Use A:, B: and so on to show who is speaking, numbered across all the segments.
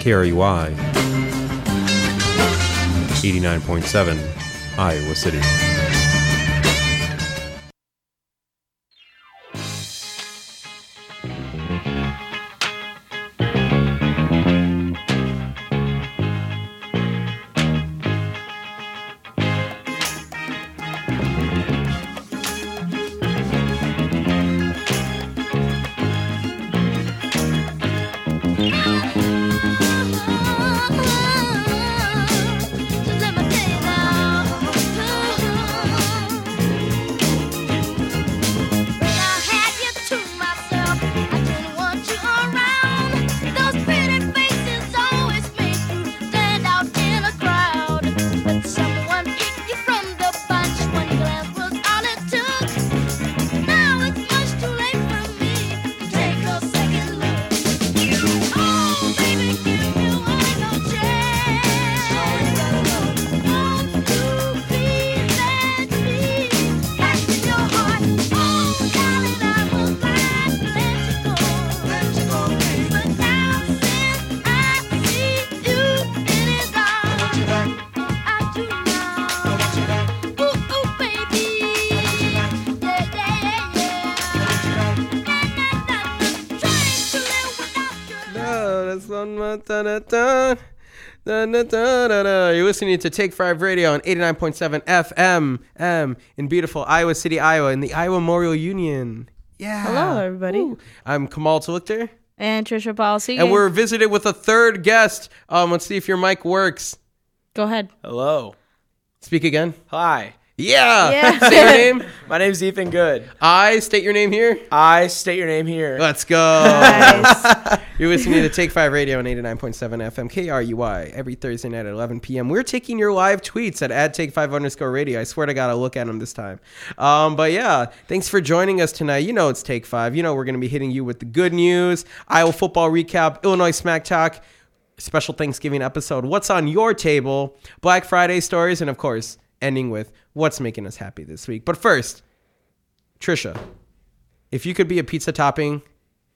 A: KRUI 89.7, Iowa City. You're listening to Take Five Radio on 89.7 FM M in beautiful Iowa City, Iowa, in the Iowa Memorial Union. Yeah.
B: Hello, everybody.
A: Woo. I'm Kamal Tulichter.
B: And Trisha Policy.
A: And we're visited with a third guest. Um, let's see if your mic works.
B: Go ahead.
C: Hello.
A: Speak again.
C: Hi.
A: Yeah. yeah. Say your name.
C: My name's Ethan Good.
A: I state your name here.
C: I state your name here.
A: Let's go. Nice. You're listening to Take Five Radio on 89.7 FM KRUI every Thursday night at 11 p.m. We're taking your live tweets at add take five underscore radio. I swear to God, I'll look at them this time. Um, but yeah, thanks for joining us tonight. You know it's Take Five. You know we're going to be hitting you with the good news, Iowa football recap, Illinois smack talk, special Thanksgiving episode, what's on your table, Black Friday stories, and of course, ending with what's making us happy this week. But first, Trisha, if you could be a pizza topping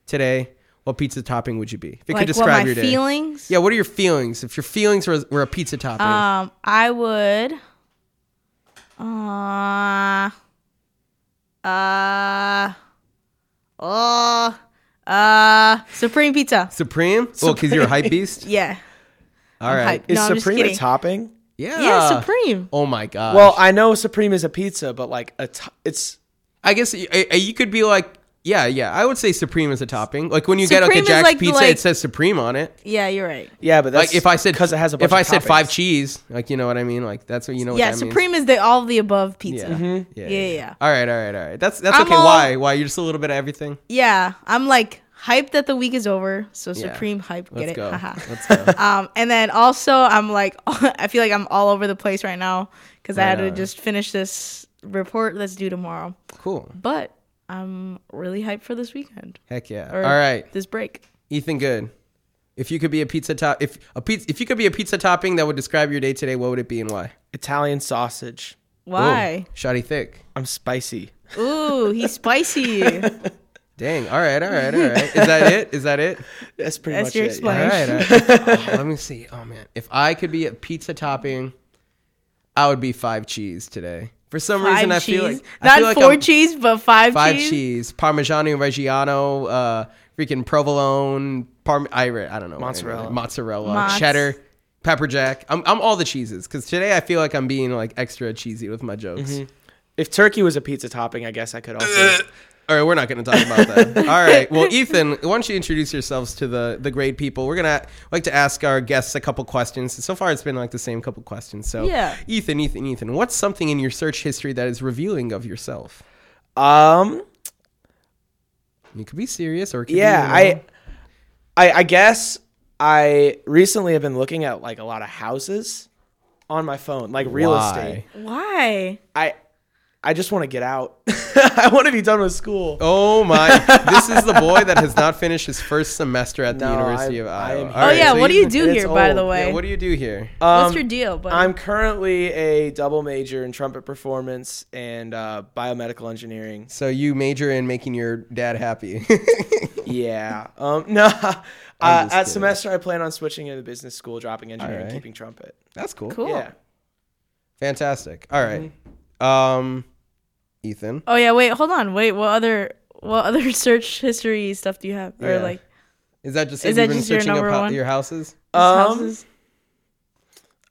A: today, what pizza topping would you be? If it
B: Like,
A: could
B: what
A: describe
B: my
A: your day.
B: feelings?
A: Yeah, what are your feelings? If your feelings were, were a pizza topping,
B: Um, I would. Uh. Uh. Oh. Uh. Supreme Pizza.
A: Supreme? Well, because you're a hype beast?
B: Yeah.
A: All right.
B: hype.
C: Is
B: No, I'm just
C: Supreme a
B: kidding.
C: topping?
A: Yeah.
B: Yeah, Supreme.
A: Oh my god.
C: Well, I know Supreme is a pizza, but like a to- it's
A: I guess y- I- I- you could be like, yeah, yeah. I would say Supreme is a topping. Like when you get like
B: Supreme
A: a
B: is
A: Jack's
B: like the,
A: Pizza,
B: like-
A: it says Supreme on it.
B: Yeah, you're right.
C: yeah, but that's
A: like if I said
C: because it has a bunch
A: if I
C: of
A: said five
C: toppings.
A: cheese, like you know what I mean. Like that's what you know. what
B: yeah,
A: that means.
B: Supreme is the all of the above pizza.
C: Mm-hmm.
A: Yeah.
B: Yeah, yeah, yeah.
A: All right, all right, all right. That's that's
B: I'm
A: okay.
B: all-
A: Why? Why? You're just a little bit of everything.
B: Yeah, I'm like hyped that the week is over. So
A: Yeah.
B: Supreme hype, get
A: Let's
B: it?
A: go.
B: Haha.
A: Let's go.
B: Um, and then also, I'm like, I feel like I'm all over the place right now because I
A: Right
B: had to
A: on.
B: just finish this report that's due tomorrow.
A: Cool.
B: But I'm really hyped for this weekend.
A: Heck yeah.
B: or
A: All right,
B: This break.
A: Ethan Good. If you could be a pizza top, if a pizza, if you could be a pizza topping that would describe your day today, what would it be and why?
C: Italian sausage.
B: Why?
A: Ooh, shoddy thick.
C: I'm spicy.
B: Ooh, he's spicy. that's
A: Dang. All right. All right. All right. Is that it? Is that it?
C: That's pretty
B: That's
C: much
B: your
C: it. yeah.
A: All
B: Nice.
A: right. all right. Oh, let me see. Oh man, if I could be a pizza topping, I would be five cheese today. For some
B: Five
A: reason, I
B: cheese.
A: feel like I
B: Not
A: feel like
B: four
A: I'm-
B: cheese, but five,
A: five
B: cheese.
A: cheese, Parmigiano Reggiano, uh, freaking provolone, parm. I, re- I don't know,
C: Mozzarella.
A: mozzarella,
B: Mozz.
A: cheddar, pepper jack. I'm I'm all the cheeses because today I feel like I'm being like extra cheesy with my jokes.
B: Mm-hmm.
C: If turkey was a pizza topping, I guess I could also.
A: All right, we're not going to talk about that. All right. Well, Ethan, why don't you introduce yourselves to the the great people? We're gonna like to ask our guests a couple questions. So far, it's been like the same couple questions. So,
B: Yeah.
A: Ethan, Ethan, Ethan, what's something in your search history that is revealing of yourself?
C: um.
A: You could be serious, or it could
C: Yeah,
A: be, you know-
C: I, I, I guess I recently have been looking at like a lot of houses on my phone, like real
A: Why?
C: estate.
B: Why?
C: I I just want to get out. I want to be done with school.
A: Oh my! this is the boy that has not finished his first semester at the
C: No,
A: University
C: I-
A: of
C: I
A: Iowa.
C: am-
A: All
B: oh
A: right,
B: yeah,
A: so
B: what do you do
C: it's
B: here, by the
C: old.
B: way?
A: Yeah, what do you do here?
B: What's
C: Um,
B: your deal? But
C: I'm currently a double major in trumpet performance and uh, biomedical engineering.
A: So you major in making your dad happy.
C: Yeah. Um, no. Uh,
A: I'm just
C: at
A: kidding.
C: semester, I plan on switching into business school, dropping engineering,
A: Alright.
C: keeping trumpet.
A: That's cool.
B: cool.
C: Yeah.
A: Fantastic. All right.
C: Mm-hmm.
A: Um, Ethan.
B: Oh yeah, wait, hold on, wait. What other what other search history stuff do you have? Or
A: Yeah.
B: like
A: Is that just if
B: Is that
A: you've been
B: just your
A: searching up
B: number
A: ho-
B: one?
A: your houses?
C: Um,
B: houses?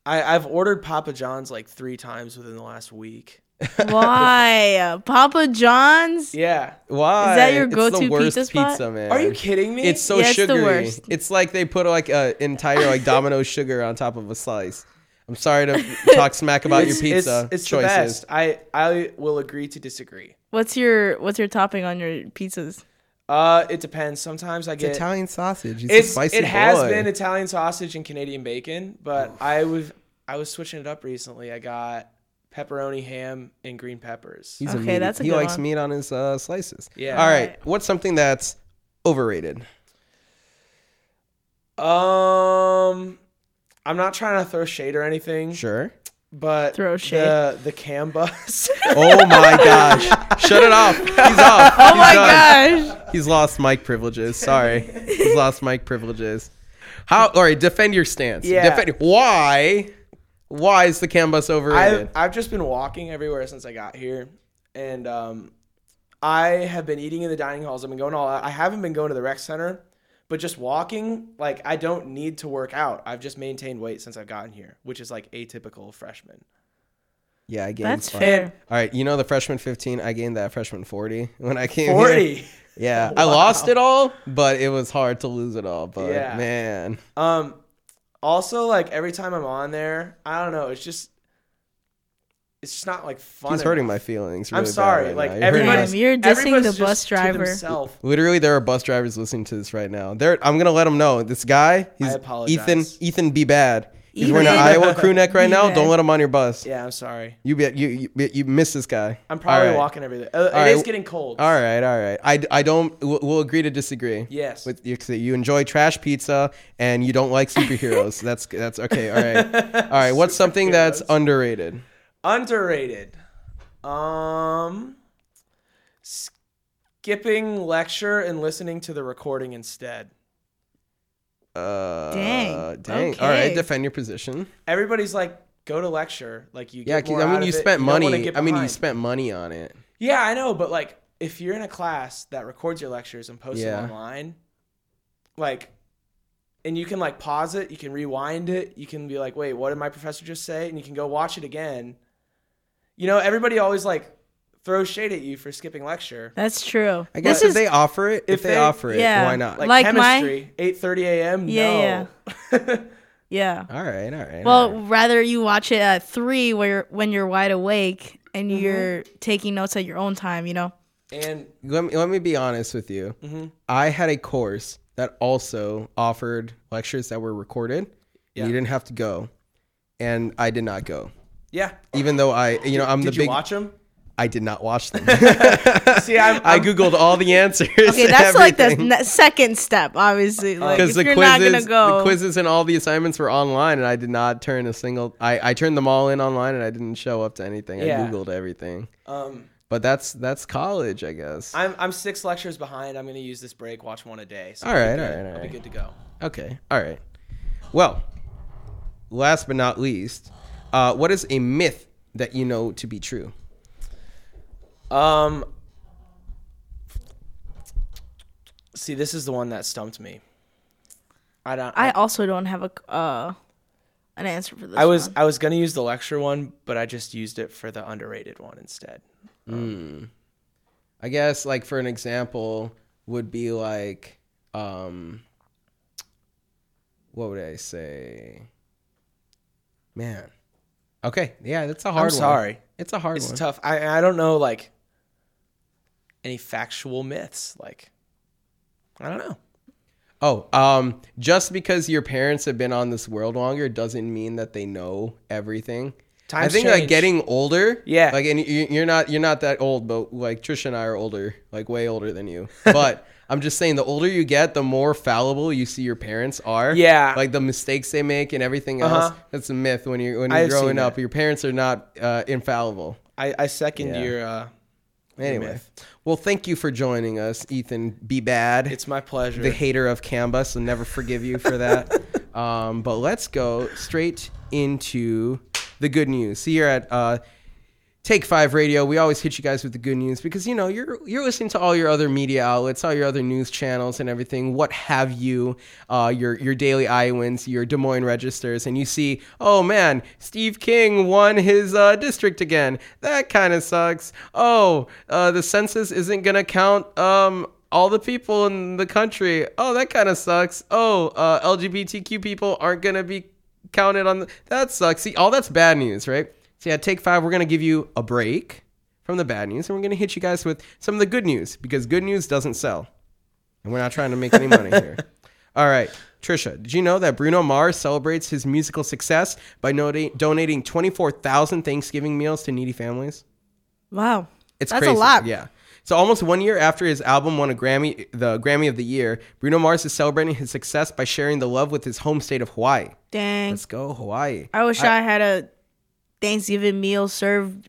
C: I, I've ordered Papa John's like three times within the last week.
B: Why Papa John's?
C: Yeah.
A: Why?
B: your
A: It's
B: go-to
A: the worst
B: pizza spot?
A: man.
C: Are you kidding me?
A: It's so
B: Yeah, it's the
A: sugary. It's,
B: worst.
A: like they put like an entire like domino sugar on top of a slice. I'm sorry to talk smack about your
C: It's- it's-
A: pizza
C: It's, the
A: choices.
C: best. I, I will agree to disagree.
B: What's your what's your topping on your pizzas?
C: Uh, it depends. Sometimes I get
A: Italian sausage. He's
C: it's
A: a spicy
C: it has
A: boy.
C: been Italian sausage and Canadian bacon, but I was I was switching it up recently. I got pepperoni, ham, and green peppers.
A: He's
B: Okay,
A: meaty-
B: that's a
A: he
B: good
A: likes
B: one.
A: meat on his uh, slices.
C: Yeah.
A: All right.
B: Alright.
A: What's something that's overrated?
C: Um, I'm not trying to throw shade or anything,
A: Sure.
C: but
B: Throw
C: the
B: shade.
C: the cam bus.
A: Oh my gosh! Shut it off. He's off.
B: Oh my gosh!
A: He's lost mic privileges. Sorry, he's lost mic privileges. How? All right, defend your stance.
C: Yeah.
A: Defend, why? Why is the CAN bus
C: I've
A: overrated?
C: I've just been walking everywhere since I got here, and um, I have been eating in the dining halls. I've been going all out. I haven't been going to the rec center, but just walking. Like I don't need to work out. I've just maintained weight since I've gotten here, which is like atypical freshman.
A: yeah, I gained.
B: That's
A: five.
B: fair.
A: All right, you know the freshman 15, I gained that freshman 40 when I came. here.
C: Forty.
A: Yeah, I lost it all, but it was hard to lose it all. But
C: Yeah.
A: man,
C: Um, also like every time I'm on there, I don't know. It's just, it's just not like fun.
A: he's hurting
C: enough.
A: my feelings.
C: I'm
A: really bad
C: sorry.
A: right
C: like
A: now. You're hurting my
C: everybody's
B: us. You're dissing
C: everybody's
B: the
C: just
B: bus
C: to
B: driver.
C: themself.
A: Literally, there are bus drivers listening to this right now. They're, I'm gonna let them know. This guy, he's
C: apologize.
A: Ethan. Ethan, be bad. He's wearing an
B: Ethan,
A: Iowa crew neck right
B: be
A: now.
B: bad.
A: Don't let him on your bus.
C: Yeah, I'm sorry.
A: You be, you you, be- you miss this guy.
C: I'm probably
A: All right.
C: walking everywhere. Uh, it is
A: All right.
C: getting cold.
A: All right, all right. I, I don't. We'll, we'll agree to disagree.
C: Yes.
A: With you, 'cause you enjoy trash pizza and you don't like superheroes. that's that's okay. All right, all right. What's something that's underrated?
C: Underrated. Um, skipping lecture and listening to the recording instead.
A: Uh,
B: Dang.
A: Dang. All right.
B: Okay.
A: Defend your position.
C: Everybody's like, go to lecture. Like you.
A: Yeah.
C: Get
A: 'cause,
C: more
A: I
C: out
A: mean, you
C: of it.
A: spent
C: don't wanna
A: money.
C: get
A: I mean, you
C: behind.
A: spent money on it.
C: Yeah, I know, but like if you're in a class that records your lectures and posts
A: Yeah.
C: them online, like and you can like pause it, you can rewind it, you can be like, "Wait, what did my professor just say?" and you can go watch it again. You know, everybody always like throws shade at you for skipping lecture.
B: That's true.
A: I guess
B: this
A: if
B: is
A: they offer it, if,
C: if
A: they,
C: they-
A: offer it,
B: yeah.
A: why not?
C: Like,
B: Like my-
C: chemistry, 8:30 a.m.
B: Yeah,
C: no.
B: yeah.
A: all right, all right. all
B: Well,
A: right.
B: rather you watch it at three, where when you're wide awake and you're taking notes at your own time. You know.
C: and
A: let me let me be honest with you.
C: Mm-hmm.
A: I had a course that also offered lectures that were recorded.
C: Yeah.
A: You didn't have to go, and I did not go,
C: yeah.
A: even though I, you know, I'm
C: Did
A: the
C: you
A: big.
C: watch them?
A: I did not watch them.
C: See, I'm,
A: I
C: I'm
A: googled all the answers.
B: Okay, that's like the ne- second step, obviously. Like
A: because
B: if
A: Uh, the
B: you're
A: quizzes,
B: not gonna go,
A: the quizzes and all the assignments were online, and I did not turn a single. I I turned them all in online, and I didn't show up to anything. I
C: Yeah.
A: googled everything.
C: um
A: But that's that's college, I guess.
C: I'm I'm 6 lectures behind. I'm going to use this break, watch one a day. So
A: All
C: I'll be
A: right,
C: good.
A: all right, all
C: I'll be
A: right.
C: good to go.
A: Okay. All right. Well, last but not least, uh, what is a myth that you know to be true?
C: Um. See, this is the one that stumped me. I don't.
B: I
C: I,
B: also don't have a uh, an answer for this.
C: I was
B: one.
C: I was gonna use the lecture one, but I just used it for the underrated one instead.
A: I guess, like for an example, would be like, um, what would I say? Man. Okay. Yeah, that's a hard one.
C: sorry.
A: It's a hard
C: It's
A: one.
C: tough. I I don't know like any factual myths. Like I don't know.
A: Oh, um, just because your parents have been on this world longer doesn't mean that they know everything.
C: Times
A: I think like
C: change.
A: getting older.
C: Yeah.
A: Like, and you- you're not you're not that old, but like Trisha and I are older, like way older than you. But I'm just saying, the older you get, the more fallible you see your parents are.
C: Yeah.
A: Like the mistakes they make and everything else.
C: Uh-huh.
A: That's a myth. When you're when you're
C: I've
A: growing
C: seen
A: up,
C: that.
A: your parents are not uh, infallible.
C: I, I second
A: Yeah.
C: your. Uh,
A: Anyway,
C: myth.
A: well, thank you for joining us, Ethan. Be bad.
C: it's my pleasure.
A: the hater of Canvas will never forgive you for that. um, but let's go straight into the good news. So you're at uh, Take Five Radio. We always hit you guys with the good news because you know you're you're listening to all your other media outlets, all your other news channels, and everything. What have you? Uh, your your Daily Iowans, your Des Moines Registers, and you see, oh man, Steve King won his uh, district again. That kind of sucks. Oh, uh, the census isn't gonna count. Um, all the people in the country. Oh, that kind of sucks. Oh, uh, LGBTQ people aren't gonna be counted on. The, that sucks. See, all that's bad news, right? So yeah, take five. We're gonna give you a break from the bad news, and we're gonna hit you guys with some of the good news because good news doesn't sell, and we're not trying to make any money here. All right, Trisha, did you know that Bruno Mars celebrates his musical success by noti- donating twenty four thousand Thanksgiving meals to needy families?
B: Wow.
A: It's
B: That's
A: crazy.
B: a lot.
A: Yeah. So almost one year after his album won a Grammy, the Grammy of the Year, Bruno Mars is celebrating his success by sharing the love with his home state of Hawaii.
B: Dang.
A: Let's go Hawaii.
B: I wish I, had a Thanksgiving meal served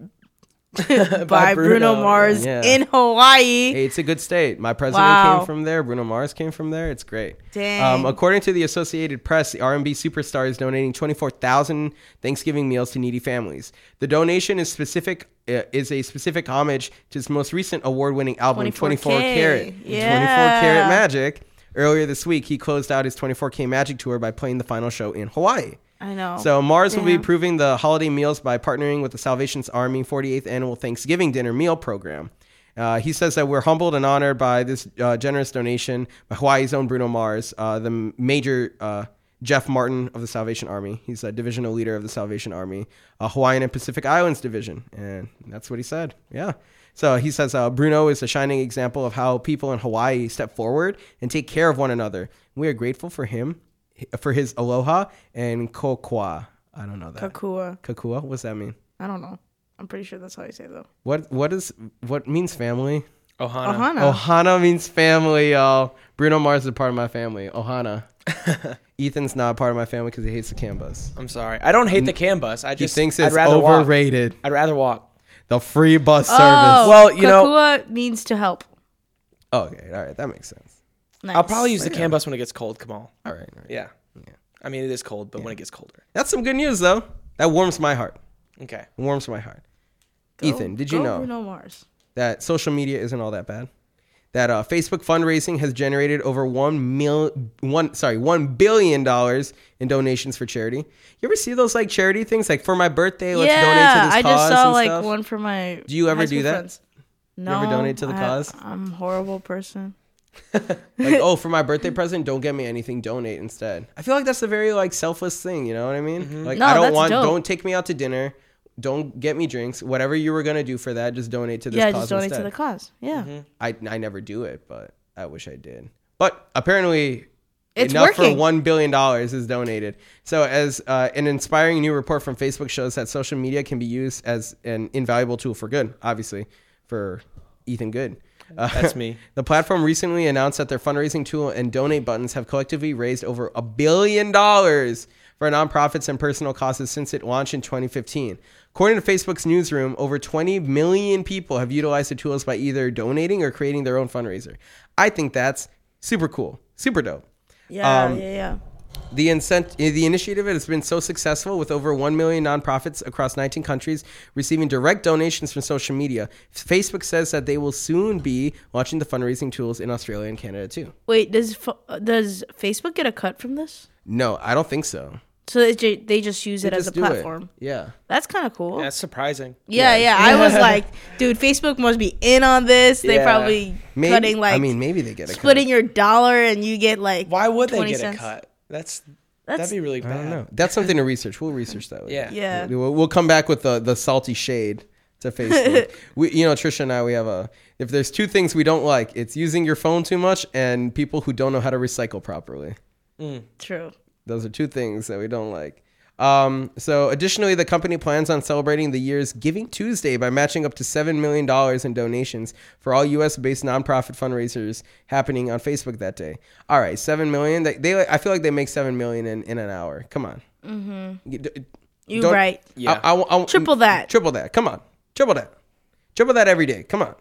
B: by, Bruno,
C: Bruno,
B: Mars
A: yeah.
B: in Hawaii.
A: Hey, it's a good state. My president
B: Wow.
A: came from there. Bruno Mars came from there. It's great.
B: Dang.
A: Um, according to the Associated Press, the R&B superstar is donating 24,000 Thanksgiving meals to needy families. The donation is specific uh, is a specific homage to his most recent award-winning album, 24
B: 24K.
A: Karat. 24
B: Yeah.
A: Karat Magic. Earlier this week, he closed out his 24K Magic tour by playing the final show in Hawaii.
B: I know.
A: So Mars will be
B: damn.
A: improving the holiday meals by partnering with the Salvation's Army 48th Annual Thanksgiving Dinner Meal Program. Uh, he says that we're humbled and honored by this uh, generous donation by Hawaii's own Bruno Mars, uh, the m- major uh, Jeff Martin of the Salvation Army. He's a divisional leader of the Salvation Army, uh, Hawaiian and Pacific Islands Division. And that's what he said. Yeah. So he says uh, Bruno is a shining example of how people in Hawaii step forward and take care of one another. We are grateful for him for his aloha and kokua. I don't know that.
B: Kakua.
A: Kakua, what's that mean?
B: I don't know. I'm pretty sure that's how you say it, though.
A: What what is what means family?
C: Ohana.
A: Uh-huh.
B: Ohana.
A: Ohana means family, y'all. Bruno Mars is a part of my family. Ohana. Ethan's not a part of my family because he hates the canvas.
C: I'm sorry. I don't hate the CAN bus. I
A: He
C: just
A: thinks
C: I'd
A: it's
C: rather walk.
A: overrated.
C: I'd rather walk.
A: The free bus
B: Oh,
A: service.
C: Well, you know-
B: Kakua means to help.
A: Oh, okay, all right, that makes sense.
B: Nice.
C: I'll probably use the CAN bus when it gets cold, Kamal.
A: All right, all right.
C: Yeah. I mean, it is cold, but when it gets colder.
A: That's some good news though. That warms my heart.
C: Okay.
A: Warms my heart.
B: Go-
A: Ethan, did you
B: go
A: know?
B: Bruno Mars.
A: that social media isn't all that bad. That uh, Facebook fundraising has generated over one mil, one sorry, one billion dollars in donations for charity. You ever see those like charity things, like for my birthday, let's
B: yeah,
A: donate to this
B: I
A: cause
B: just saw
A: and
B: like
A: stuff?
B: one for my.
A: Do you ever
B: high
A: do
B: school
A: that?
B: Friends. No,
A: ever donate to the
B: I-
A: cause?
B: I'm a horrible person.
A: Like, oh, for my birthday present, don't get me anything, donate instead. I feel like that's a very like selfless thing. You know what I mean? Like,
B: No,
A: I don't
B: that's
A: want,
B: dope.
A: don't take me out to dinner, don't get me drinks, whatever you were gonna do for that, just donate to this
B: Yeah,
A: cause
B: just donate
A: instead. Mm-hmm.
B: to the cause. Yeah,
A: I, I never do it, but I wish I did. But apparently,
B: It's
A: enough for
B: working.
A: one billion dollars is donated. So, as uh, an inspiring new report from Facebook shows that social media can be used as an invaluable tool for good. Obviously, for Ethan Good. Uh,
C: That's me.
A: the platform recently announced that their fundraising tool and donate buttons have collectively raised over a billion dollars for nonprofits and personal causes since it launched in 2015. According to Facebook's newsroom, over 20 million people have utilized the tools by either donating or creating their own fundraiser. I think that's super cool, super dope.
B: yeah,
A: Um,
B: yeah, yeah.
A: The incent- eh, the initiative has been so successful with over 1 million nonprofits across 19 countries receiving direct donations from social media. Facebook says that they will soon be launching the fundraising tools in Australia and Canada too.
B: Wait, does fo- does Facebook get a cut from this?
A: No, I don't think so.
B: So they ju- they just use it as
A: Just
B: a
A: do it.
B: platform.
A: Yeah.
B: That's kind of cool.
C: That's surprising.
B: yeah, yeah, I was like, dude, Facebook must be in on this. They
C: Yeah.
B: probably
A: Maybe,
B: cutting like
A: I mean, maybe they get a
B: splitting
A: cut.
B: your dollar and you get like
C: Why would they
B: 20
C: get
B: cents.
C: a cut? That's,
B: That's-
C: that'd be really bad.
A: I don't know. That's something to research. We'll research that. later.
C: Yeah.
B: Yeah.
A: We'll, we'll come back with the, the salty shade to Facebook. we, you know, Trisha and I, we have a. If there's two things we don't like, it's using your phone too much and people who don't know how to recycle properly.
B: True.
A: Those are two things that we don't like. Um, so, additionally, the company plans on celebrating the year's Giving Tuesday by matching up to $7 million in donations for all US based nonprofit fundraisers happening on Facebook that day. All right, $7 million. They, they, I feel like they make $7 million in, in an hour. Come on. Mm-hmm.
B: You right.
A: Yeah. I, I- I-
B: Triple that.
A: Triple that. Come on. Triple that. Triple that every day. Come on.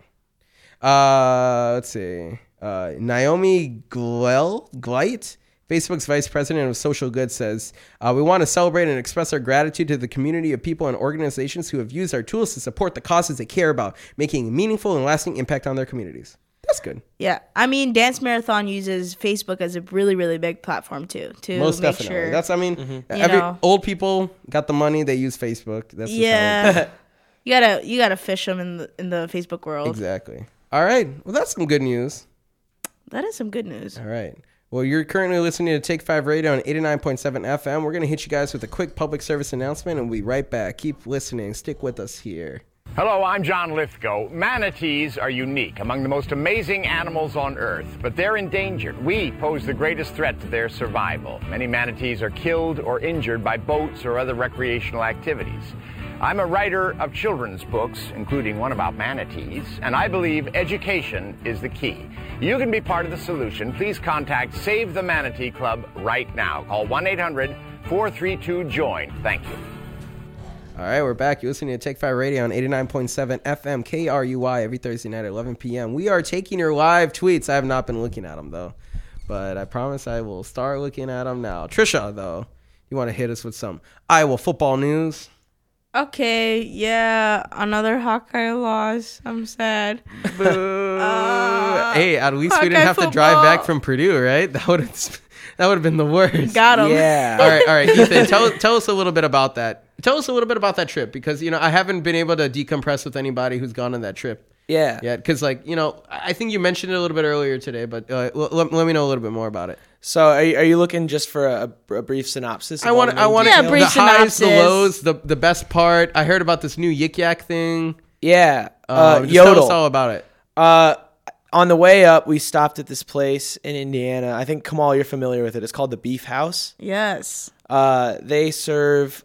A: Uh, let's see. Uh, Naomi Glel, Gleit, Facebook's vice president of social good, says, uh, We want to celebrate and express our gratitude to the community of people and organizations who have used our tools to support the causes they care about, making a meaningful and lasting impact on their communities. That's good.
B: Yeah, I mean, Dance Marathon uses Facebook as a really, really big platform too to
A: Most
B: make
A: definitely.
B: sure.
A: That's, I mean,
B: You
A: every
B: know.
A: old people got the money, they use Facebook. That's just how it
B: yeah, you gotta you gotta fish them in the in the Facebook world.
A: Exactly. All right. Well, that's some good news.
B: That is some good news.
A: All right. Well, you're currently listening to Take Five Radio on 89.7 FM. We're going to hit you guys with a quick public service announcement and we'll be right back. Keep listening. Stick with us here.
D: Hello, I'm John Lithgow. Manatees are unique, among the most amazing animals on Earth, but they're endangered. We pose the greatest threat to their survival. Many manatees are killed or injured by boats or other recreational activities. I'm a writer of children's books, including one about manatees, and I believe education is the key. You can be part of the solution. Please contact Save the Manatee Club right now. Call 1 800 432 JOIN. Thank you.
A: All right, we're back. You're listening to Take Five Radio on 89.7 FM KRUY every Thursday night at 11 p.m. We are taking your live tweets. I have not been looking at them, though, but I promise I will start looking at them now. Trisha, though, you want to hit us with some Iowa football news?
B: Okay, yeah, another Hawkeye loss. I'm sad.
A: hey, at least we didn't
B: Hawkeye
A: have to drive back
B: Uh, football.
A: from Purdue, right? That would have that would have been the worst.
B: Got him.
A: all
C: Yeah.
A: right, all right, Ethan. Tell tell us a little bit about that. Tell us a little bit about that trip because you know I haven't been able to decompress with anybody who's gone on that trip
C: yeah.
A: yet. Because like you know, I I think you mentioned it a little bit earlier today, but uh, l- let- let me know a little bit more about it.
C: So are you, are you looking just for a, a brief synopsis? of
A: I
C: all
A: want
C: the
A: I
C: main
A: want
B: Yeah,
C: details?
A: the
B: brief
A: highs, the
B: synopsis.
A: lows, the the best part. I heard about this new Yik Yak thing.
C: Yeah.
A: Uh,
C: Uh,
A: just tell us all
C: Yodel.
A: about it.
C: Uh, on the way up, we stopped at this place in Indiana. I think Kamal, you're familiar with it. It's called the Beef House.
B: Yes.
C: Uh, they serve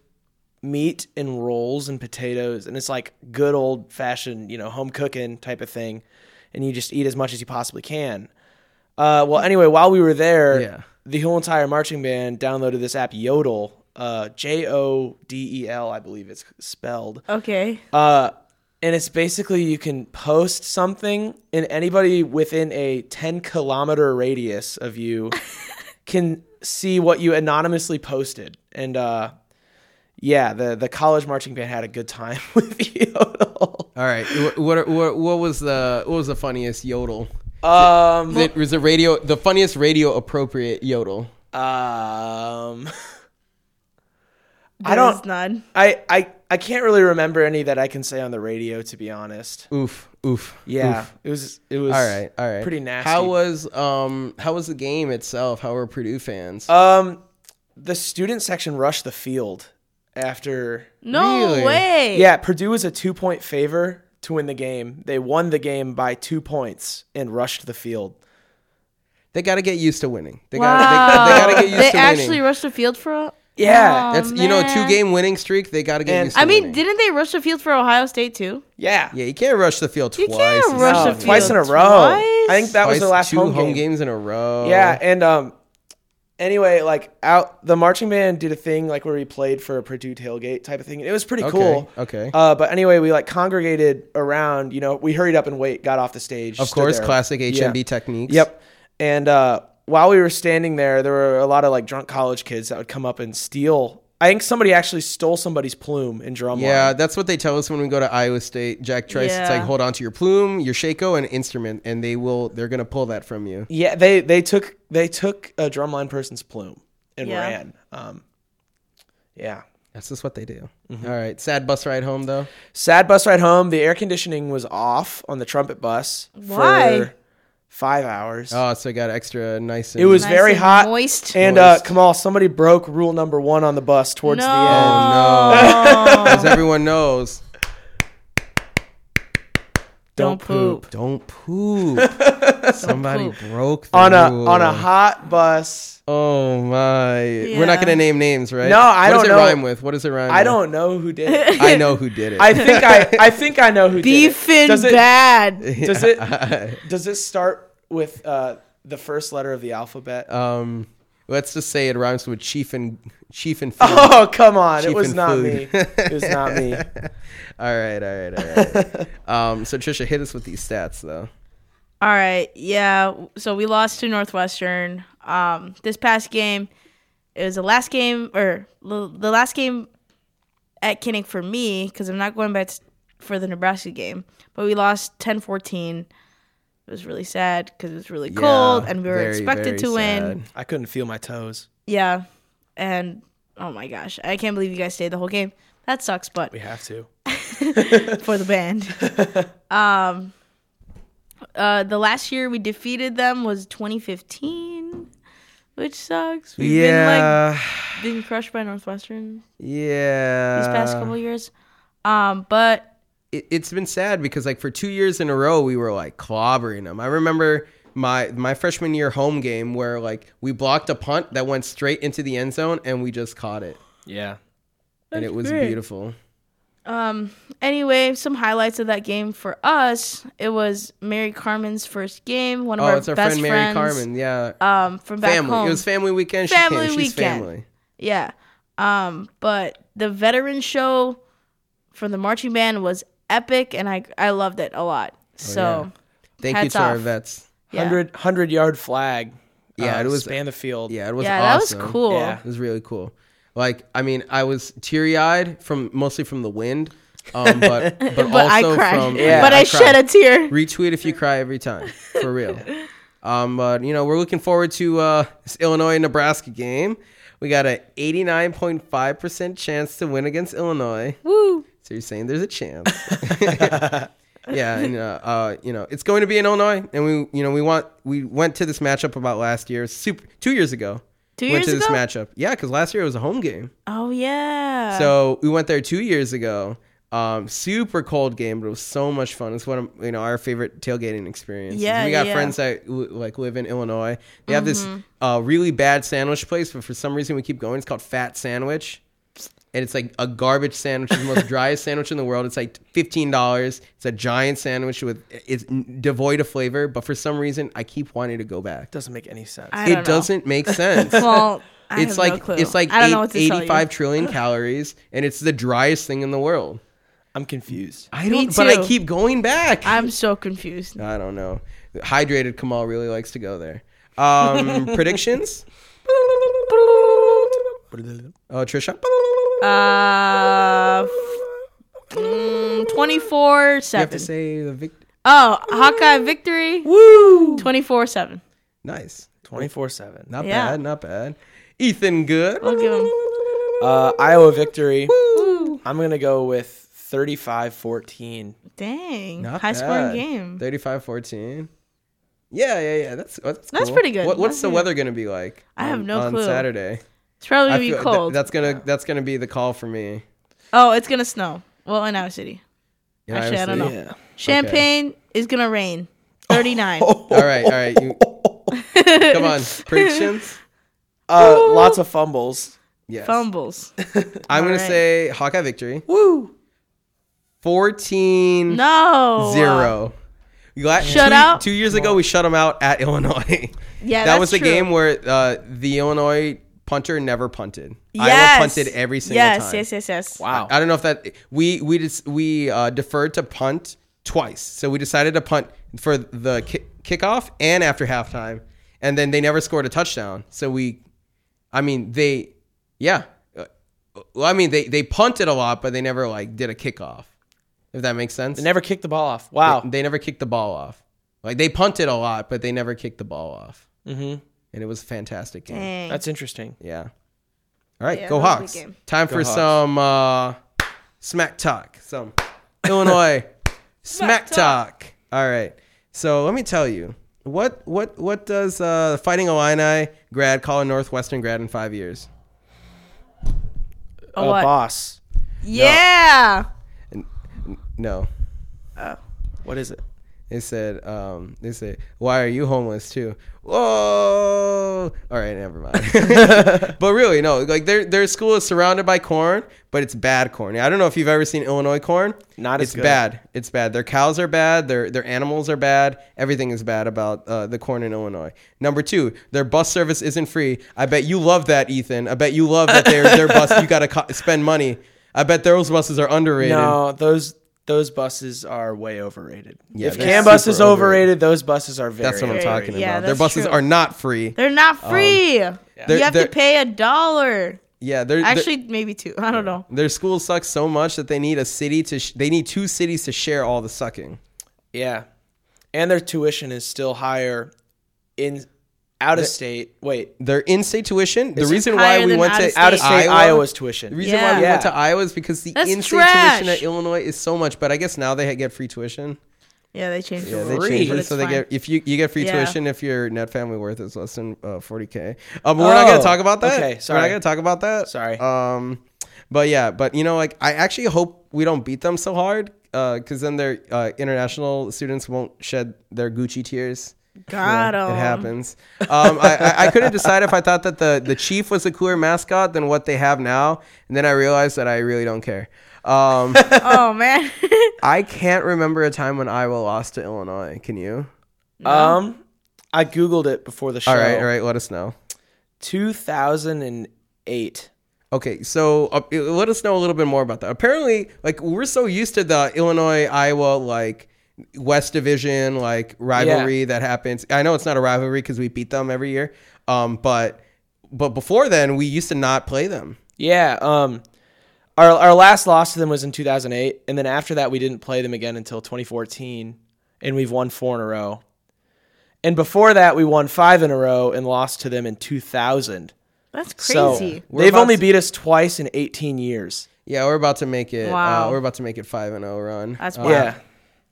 C: meat and rolls and potatoes, and it's like good old fashioned, you know, home cooking type of thing. And you just eat as much as you possibly can. Uh, well, anyway, while we were there,
A: Yeah.
C: the whole entire marching band downloaded this app Yodel, uh, J O D E L, I believe it's spelled.
B: Okay.
C: Uh, and it's basically you can post something, and anybody within a 10 kilometer radius of you can see what you anonymously posted. And uh, yeah, the, the college marching band had a good time with Yodel.
A: All right. Wh- What, what what was the what was the funniest yodel?
C: Um,
A: It was the radio the funniest radio appropriate yodel.
C: um,
B: There's
C: don't-
B: none.
C: I, I, I can't really remember any that I can say on the radio, to be honest.
A: Oof, oof.
C: Yeah,
A: oof.
C: it was it was
A: All right, all right.
C: pretty nasty.
A: How was um how was the game itself? How were Purdue fans?
C: Um, the student section rushed the field after.
B: No
A: Really?
B: way.
C: Yeah, Purdue was a two point favor to win the game. They won the game by two points and rushed the field.
A: they got to get used to winning. They
B: Wow.
A: got to they, got to get used
B: They
A: to
B: actually
A: winning.
B: rushed the field for. a-
C: Yeah,
B: Aw,
A: That's you know a two
B: man.
A: game winning streak. They got to get
C: And-
A: used to
B: I mean,
A: winning.
B: didn't they rush the field for Ohio State too?
C: Yeah. Um,
A: yeah, you can't rush the field
B: You
A: twice.
B: can't
A: It's
B: rush
A: not
B: the
A: fair.
B: field
C: twice in a row. I think that was the
A: Twice-
C: last
A: two
C: home, game.
A: games Oh. in a row.
C: Yeah, and um, anyway, like out the marching band did a thing like where we played for a Purdue tailgate type of thing. It was pretty
A: Okay,
C: cool.
A: okay.
C: Uh, but anyway, we like congregated around. You know, we hurried up and wait, got off the stage.
A: Of
C: stood
A: course,
C: there.
A: classic HMB
C: Yeah.
A: techniques.
C: Yep. And uh, while we were standing there, there were a lot of like drunk college kids that would come up and steal. I think somebody actually stole somebody's plume in drum
A: Yeah,
C: line.
A: that's what they tell us when we go to Iowa State. Jack Trice, it's like
B: Yeah.
A: hold on to your plume, your shako, and instrument, and they will. They're gonna pull that from you.
C: Yeah, they they took they took a drumline person's plume and
B: Yeah.
C: ran. Um, yeah.
A: That's just what they do.
C: Mm-hmm.
A: All right, sad bus ride home though.
C: Sad bus ride home. The air conditioning was off on the trumpet bus
B: Why?
C: for five hours.
A: Oh, so I got extra nice. And,
C: it was
B: Nice
C: very
B: and
C: hot.
B: moist.
C: And uh, Kamal, somebody broke rule number one on the bus towards the end.
A: no. as everyone knows.
B: Don't poop.
A: Don't poop. Somebody
B: poop.
A: broke the
C: on a
A: rule.
C: on a hot bus.
A: Oh my! We're not
B: Yeah.
A: gonna name names, right?
C: No,
A: what
C: I don't
A: does it
C: know.
A: rhyme with? What does it rhyme?
C: I
A: with?
C: don't know who did it.
A: I know who did it.
C: I think I I think I know who
B: Beefing
C: did it. Does it
B: bad.
C: does it does it start with uh, the first letter of the alphabet?
A: um, let's just say it rhymes with chief and chief and. Food.
C: oh come on! It
A: Cheap
C: was
A: and
C: not
A: food.
C: me. It was not me.
A: All right, all right, all right. um, so Trisha hit us with these stats though.
B: All right. Yeah. So we lost to Northwestern. Um, this past game, it was the last game or l- the last game at Kinnick for me because I'm not going back t- for the Nebraska game. But we lost 10-14. It was really sad because it was really cold
A: Yeah,
B: and we were
A: very,
B: expected
A: very
B: to win.
A: sad.
C: I couldn't feel my toes.
B: Yeah. And oh my gosh, I can't believe you guys stayed the whole game. That sucks, but
C: We have to.
B: for the band. um, uh, the last year we defeated them was 2015, which sucks. We've
A: yeah,
B: been like been crushed by Northwestern
A: yeah.
B: these past couple years. Um, but
A: it, it's been sad because like for two years in a row we were like clobbering them. I remember my my freshman year home game where like we blocked a punt that went straight into the end zone and we just caught it
C: Yeah.
A: and it was
B: great.
A: beautiful.
B: anyway, some highlights of that game for us. It was Mary Carmen's first game. One of
A: Oh,
B: our
A: it's our
B: best
A: friend Mary
B: friends
A: Carmen. Yeah,
B: Um, from back
A: family.
B: home.
A: It was family weekend. She
B: Family
A: came. She's
B: weekend.
A: family.
B: Yeah. Um, but the veteran show from the marching band was epic and I I loved it a lot.
A: Oh,
B: So
A: Thank
B: Hats
A: you to our
B: off.
A: vets.
B: yeah.
C: 100, 100 yard flag.
A: Yeah,
C: uh,
A: it was-
C: span the field.
A: Yeah, it was
B: Yeah,
A: awesome.
B: that was cool.
C: Yeah.
A: It was really cool. Like, I mean, I was teary eyed from mostly from the wind, um, but but,
B: But I
A: also
B: cried.
A: from
C: Yeah.
B: but I,
A: I
B: shed
A: cried.
B: a tear.
A: retweet if you cry every time for real um but you know we're looking forward to uh this illinois nebraska game we got a 89.5% chance to win against illinois
B: Woo.
A: so you're saying there's a chance yeah and uh, uh you know it's going to be in illinois and we you know we want we went to this matchup about last year super two years ago
B: Two
A: went
B: years
A: to
B: ago.
A: this matchup yeah because last year it was a home game
B: Oh yeah.
A: so we went there two years ago. Um, super cold game, but it was so much fun. It's one of you know our favorite tailgating experiences.
B: Yeah,
A: we got
B: yeah. Mm-hmm.
A: friends that li- like live in Illinois. They have this uh, really bad sandwich place, but for some reason we keep going. It's called Fat Sandwich, and it's like a garbage sandwich, It's the most driest sandwich in the world. It's like fifteen dollars. It's a giant sandwich with it's n- devoid of flavor, but for some reason I keep wanting to go back.
C: Doesn't make any sense.
B: I don't
A: It
B: know.
A: doesn't make sense
B: Well, I
A: it's
B: have
A: like
B: no clue.
A: it's like
B: I don't
A: eight-
B: know what to tell you.
A: 85 trillion calories and it's the driest thing in the world
C: I'm confused.
A: i
B: Me
A: don't but i
B: too.
A: keep going back I,
B: I'm so confused.
A: don't know hydrated kamal really likes to go there um predictions oh trisha
B: Uh, f- mm, 24
A: you have to
B: 7.
A: say the vic-
B: oh, Hawkeye victory.
A: woo
B: 24 7.
A: nice
C: 24 7.
A: not
B: Yeah. Oh,
A: bad not bad ethan good
B: I'll give him.
C: Uh, Iowa victory. I'm going to go with 35 14.
B: Dang.
A: Not
B: High scoring
A: bad.
B: game.
A: 35-14 yeah, yeah, yeah. That's oh, that's,
B: That's
A: cool.
B: pretty good.
A: What, what's
B: That's
A: the
B: good.
A: weather gonna be like?
B: I have
A: on-
B: no
A: on
B: clue.
A: Saturday.
B: It's probably
A: I
B: going to be
A: feel- th-
B: cold.
A: that's gonna that's gonna be the call for me.
B: Oh, it's gonna snow. Well, in our city,
A: You
B: Actually, I don't
A: obviously-
B: know. Champagne is gonna rain. Thirty nine.
A: All right, all right. You, Oh, come on, predictions.
C: Uh, lots of fumbles.
A: Yes,
B: Fumbles.
A: I'm gonna
B: right.
A: say Hawkeye victory.
C: Woo!
A: 14
B: No.
A: zero. Gla-
B: Shut
A: two,
B: out?
A: Two years ago, we shut them out at Illinois.
B: Yeah,
A: that
B: that's
A: was the
B: true.
A: game where uh, the Illinois punter never punted.
B: Yes.
A: Iowa punted every single
B: yes,
A: time.
B: Yes, yes, yes,
C: Wow.
A: I don't know if that we we just we uh, deferred to punt twice. So we decided to punt for the ki- kickoff and after halftime, and then they never scored a touchdown. So we, I mean they, yeah, Uh, well, I mean they they punted a lot, but they never like did a kickoff. If that makes sense,
C: They never kicked the ball off. Wow.
A: they never kicked the ball off. Like they punted a lot, but they never kicked the ball off.
C: Mhm.
A: And it was a fantastic game.
B: Dang.
C: That's interesting.
A: Yeah. All right,
B: Yeah,
A: go
B: that was a good
A: Hawks.
B: game.
A: Time for
C: Hawks.
A: some uh, smack talk. Some Illinois smack talk. All right. So let me tell you what what what does uh, Fighting Illini grad call a Northwestern grad in five years?
B: A
C: A
B: what?
C: boss.
B: Yeah.
A: No.
C: What is it?
A: They said, um, they said, why are you homeless too? Whoa! All right, never mind. but really, no, like their their school is surrounded by corn, but it's bad corn. I don't know if you've ever seen Illinois corn.
C: Not as
A: it's
C: good.
A: bad. It's bad. Their cows are bad. Their their animals are bad. Everything is bad about uh, the corn in Illinois. Number two, their bus service isn't free. I bet you love that, Ethan. I bet you love that their their bus. You got to co- spend money. I bet those buses are underrated.
C: No, those those buses are way overrated.
A: Yeah,
C: if
A: they're
C: CAN bus
A: super
C: is overrated, those buses are very.
A: That's what I'm
C: overrated.
A: talking
B: Yeah,
A: about. Their
B: that's
A: buses
B: true.
A: are not free.
B: They're not free.
A: Um, They're-
B: You have
A: they're-
B: to pay a dollar.
A: Yeah, they're they're-
B: Actually, maybe two. I don't know.
A: Their school sucks so much that they need a city to sh- they need two cities to share all the sucking.
C: Yeah, and their tuition is still higher in out of state. Wait,
A: Their in-state tuition. The
C: Is it
A: reason why
B: higher
A: we
B: than
A: went to
B: out-of-state?
C: out of state
A: Iowa-
C: Iowa's
A: The
C: tuition.
A: reason why we
B: Yeah.
A: went to Iowa is because the
B: That's
A: in-state
B: trash.
A: tuition at Illinois is so much. But I guess now they get free tuition.
B: Yeah, they changed the
A: Yeah,
B: rules.
A: they
C: Free.
A: changed
B: But
A: it
B: it's
A: so they
B: fine.
A: get if you you get free
B: Yeah.
A: tuition if your net family worth is less than uh, 40k. Uh, but we're not gonna
C: Oh,
A: talk about that.
C: okay,
A: We're not
C: sorry.
A: gonna talk about that.
C: Sorry.
A: Um, but yeah, but you know, like I actually hope we don't beat them so hard, uh, because then their uh, international students won't shed their Gucci tears.
B: Got
A: Yeah,
B: 'em.
A: It happens. Um, I, I, I couldn't decide if I thought that the, the chief was a cooler mascot than what they have now, and then I realized that I really don't care. Um,
B: Oh man.
A: I can't remember a time when Iowa lost to Illinois. Can you?
C: Um, I googled it before the show.
A: All right, all right. Let us know.
C: 2008.
A: Okay, so uh, let us know a little bit more about that. Apparently, like we're so used to the Illinois Iowa like West Division like rivalry that happens. I know it's not a rivalry because we beat them every year, um, but but before then we used to not play them.
C: Yeah. Um, our our last loss to them was in 2008, and then after that we didn't play them again until 2014, and we've won four in a row. And before that, we won five in a row and lost to them in 2000.
B: That's
C: So
B: crazy.
A: We're
C: they've
A: about
C: only
A: to-
C: beat us twice in 18 years.
A: Yeah, we're about to make it. Uh,
B: Wow.
A: we're about to make it five and zero run.
B: That's
A: uh,
B: wild.
C: Yeah.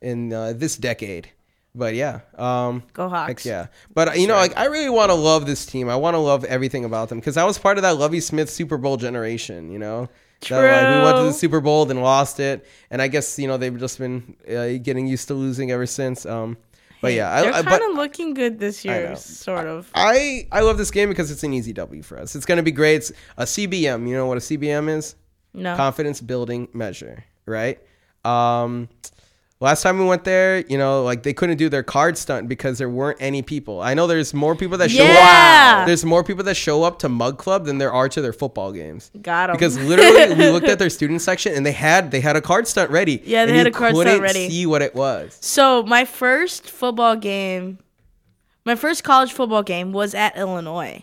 A: in uh, this decade. But yeah, um,
B: Go
A: Heck
B: Hawks.
A: yeah. But uh, you know, like I really want to love this team. I want to love everything about them because I was part of that Lovey Smith Super Bowl generation. You know, That, like, we went to the
B: True.
A: Super Bowl then lost it, and I guess you know they've just been uh, getting used to losing ever since. Um, but yeah,
B: They're
A: I, I,
B: kind
A: but
B: of looking good this
A: know.
B: year, sort of.
A: I I love this game because it's an easy W for us. It's gonna be great. It's a CBM. You know what a CBM is?
B: No.
A: confidence building measure, right? Um, last time we went there, you know, like they couldn't do their card stunt because there weren't any people. I know there's more people that show
B: Yeah.
A: up. There's more people that show up to Mug Club than there are to their football games.
B: Got 'em.
A: Because literally, we looked at their student section and they had they had a card stunt ready.
B: Yeah, they
A: and
B: had
A: you
B: a card stunt
A: couldn't
B: ready.
A: See what it was.
B: So my first football game, my first college football game was at Illinois,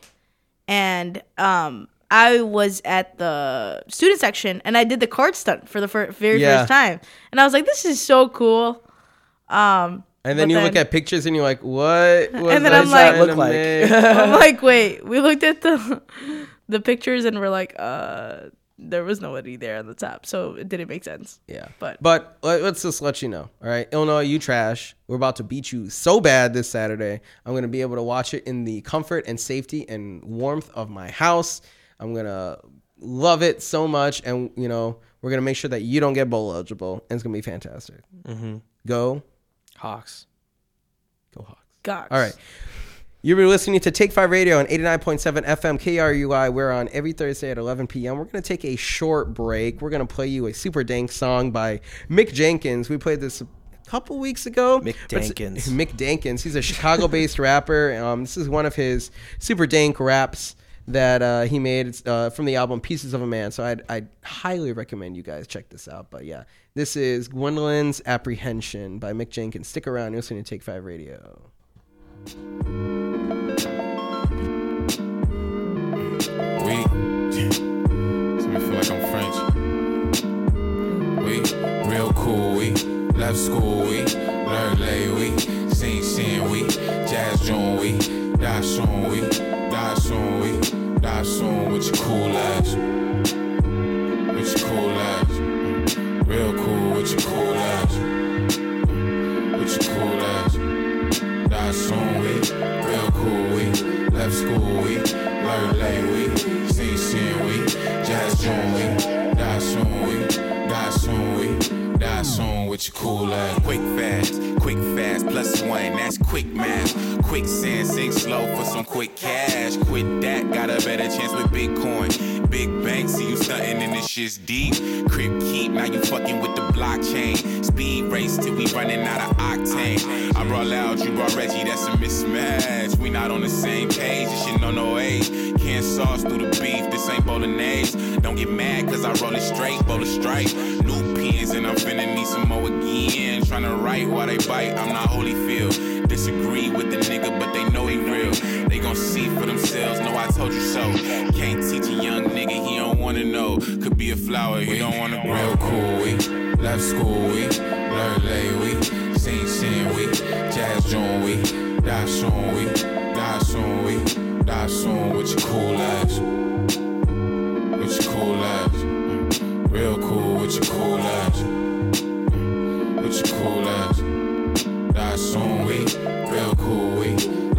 B: and um, I was at the student section, and I did the card stunt for the fir- very
A: Yeah.
B: first time, and I was like, "This is so cool." Um,
A: And then
B: But
A: you look
B: then-
A: at pictures and you're like, what? Was
B: And then
A: I
B: I'm like-
A: trying
C: Look
A: to
C: like.
A: make?
B: I'm like, "Wait, we looked at the the pictures, and we're like, uh, there was nobody there on the top, so it didn't make sense."
A: Yeah.
B: But-
A: but let- let's just let you know. All right. Illinois, you trash. We're about to beat you so bad this Saturday. I'm going to be able to watch it in the comfort and safety and warmth of my house. I'm going to love it so much. And, you know, we're going to make sure that you don't get bowl eligible. And it's going to be fantastic. Go,
C: Hawks.
A: go Hawks.
B: Gosh.
A: All right. You've been listening to Take Five Radio on 89.7 FM KRUI. We're on every Thursday at 11 p.m. We're going to take a short break. We're going to play you a super dank song by Mick Jenkins. We played this a couple weeks ago.
C: Mick
A: But it's-
C: Dankins.
A: Mick Dankins. He's a Chicago based rapper. Um, this is one of his super dank raps that uh, he made It's, uh, from the album Pieces of a Man. So I'd, I'd highly recommend you guys check this out. But yeah, this is Gwendolyn's Apprehension by Mick Jenkins. Stick around. You're listening to Take Five Radio.
E: We. So me feel like I'm French. We real cool. We left school. We learned late. We sing sin. We jazz joint. We die soon. We die soon. We die soon with your cool ass. With your cool ass. Real cool with your cool ass. With your cool ass die soon. We real cool. We left school. We learn late. We sing sin. We jazz joint. We die soon. We die soon. We die die soon with your cool ass.
F: Quick fast, quick fast, plus one, that's quick math. Quick sand, sink slow for some quick cash. Quit that, got a better chance with Bitcoin. Big bank, see you stunting and this shit's deep. Crip keep, now you fucking with the blockchain. Speed race till we running out of octane. I brought loud, you brought Reggie, that's a mismatch. We not on the same page, this shit no no age. Can't sauce through the beef, this ain't bolognese. Don't get mad, cause I roll it straight, bowl of stripe. New pins, and I'm finna need some more again. Tryna write while they bite, I'm not Holyfield. Disagree with the nigga, but they know he real. They gon' see for themselves, know I told you so. Can't teach a young nigga, he don't wanna know. Could be a flower, he don't wanna grow.
E: Real cool, we left school, we learn late, we sing, sing, we jazz joint, we die soon, we die soon, we die soon with your cool ass, with your cool ass. Real cool with your cool ass, with your cool ass. Die soon, we real cool, we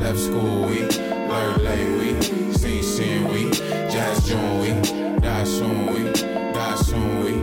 E: left school, we learn late, we sing, sing, we jazz joint, we die soon, we die soon, we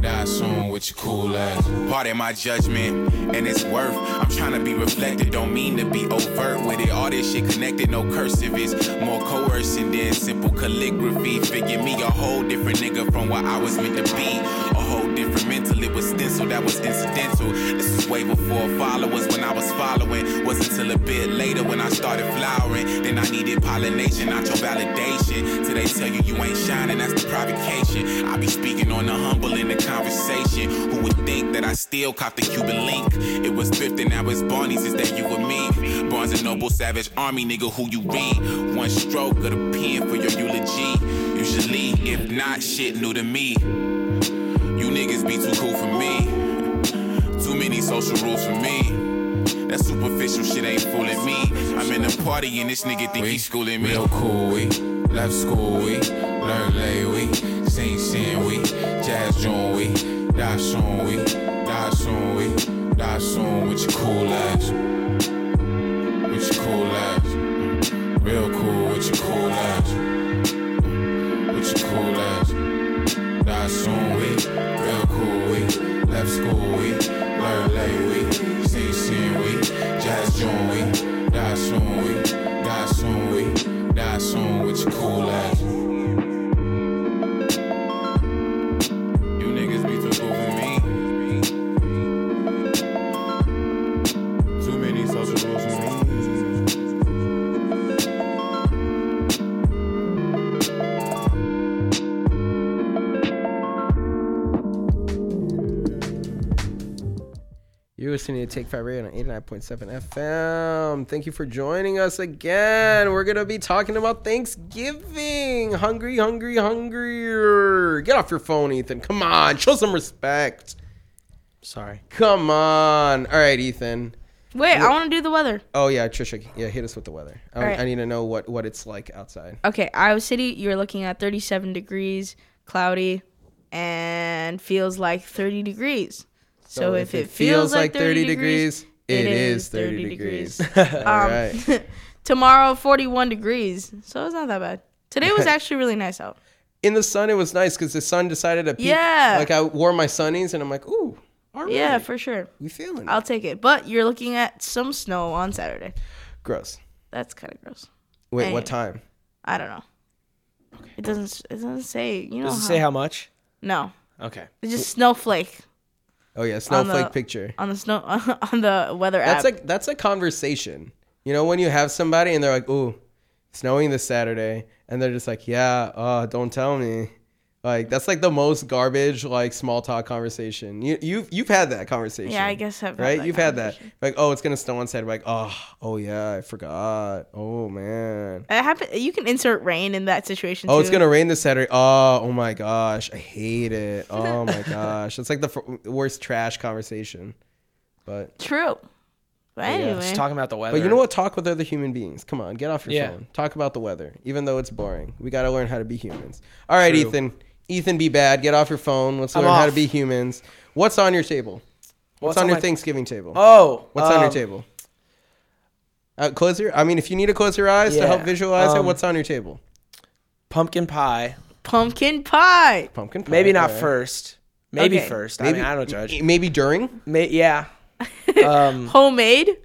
E: die soon with your cool ass.
F: Pardon my judgment and its worth. I'm trying to be reflective, don't mean to be overt with it. All this shit connected, no cursive. It's more coercive than simple calligraphy. Figure me a whole different nigga from what I was meant to be. A whole different mental, it was stencil that was incidental. This was way before followers when I was following. Was until a bit later when I started flowering. Then I needed pollination, not your validation. Till they tell you you ain't shining, that's the provocation. I be speaking on the humble in the conversation. Who would think that I still caught the Cuban link? It was thrifting, now it's Barney's, is that you and me? Barnes and Noble, Savage Army, nigga, who you read? One stroke of the pen for your eulogy. Usually, if not, shit new to me. You niggas be too cool for me. Too many social rules for me. That superficial shit ain't fooling me. I'm in a party and this nigga think
E: we
F: he's schooling me.
E: Real cool, we left school, we learn late, we sing, sing, we jazz joint, we die soon, we die soon, we die soon with your cool ass, with your cool ass. Real cool with your cool ass, with your cool ass. Die soon, we real cool, we left school, we learn late, we sing, sing, we jazz joint, we die soon, we die soon, we die soon with your cool ass. You niggas be too cool for me. Too many social rules for me.
A: You're listening to Take Five Radio on 89.7 FM. Thank you for joining us again. We're going to be talking about Thanksgiving. Hungry, hungry, hungrier. Get off your phone, Ethan. Come on. Show some respect.
C: Sorry.
A: Come on. All right, Ethan.
B: Wait, I want to do the weather.
A: Oh, yeah, Trisha. Yeah, hit us with the weather. I,
B: All right. Uh,
A: I need to know what, what it's like outside.
B: Okay, Iowa City, you're looking at 37 degrees, cloudy, and feels like 30 degrees. So, if, it feels, like 30 degrees,
A: it is 30 degrees. All
B: um,
A: right.
B: Tomorrow, 41 degrees. So it's not that bad. Today was actually really nice out.
A: in the sun it was nice because the sun decided to peak.
B: Yeah.
A: Like I wore my sunnies and I'm like, ooh, all right.
B: Yeah, Uh, for sure.
A: we feeling it.
B: I'll take it. But you're looking at some snow on Saturday.
A: gross.
B: That's kind of gross.
A: Wait,
B: Dang.
A: what time?
B: I don't know. It doesn't. It doesn't say. You know.
C: Does it
B: how-
C: say how much?
B: No.
C: Okay.
B: It's just snowflake
A: Oh yeah, snowflake
B: the-
A: picture.
B: on the snow on the weather
A: That's
B: app.
A: like that's a conversation. You know, when you have somebody and they're like, ooh, snowing this Saturday, and they're just like, yeah, uh, don't tell me. Like that's like the most garbage like small talk conversation. You you've you've had that conversation.
B: Yeah, I guess I've had
A: right.
B: that
A: you've had that. Like oh, it's gonna snow on Saturday. Like oh oh yeah, I forgot. Oh man.
B: It happen- You can insert rain in that situation.
A: Oh, it's
B: too.
A: gonna rain this Saturday. Oh, oh my gosh, I hate it. Oh my gosh, it's like the f- worst trash conversation. But
B: True. But anyway,
C: Just talking about the weather.
A: but you know what? Talk with other human beings. Come on, get off your
C: Yeah.
A: phone. Talk about the weather, even though it's boring. We gotta learn how to be humans. All right,
C: True.
A: Ethan. Ethan, be bad. Get off your phone. Let's
C: I'm
A: learn how to
C: off.
A: be humans. What's on your table? What's, on, your
C: my-
A: Thanksgiving table?
C: Oh.
A: What's on your
C: um,
A: table? Uh, close your. I mean, if you need to close your eyes to
C: Yeah,
A: help visualize it,
C: um,
A: what's on your table?
C: Pumpkin pie.
B: pumpkin pie.
A: Pumpkin. Pie,
C: Maybe not
A: alright.
C: first. Maybe
B: Okay.
C: first.
A: Maybe
C: I mean, I don't judge.
A: Maybe during.
C: May, yeah.
A: Mm.
C: Um,
B: Homemade.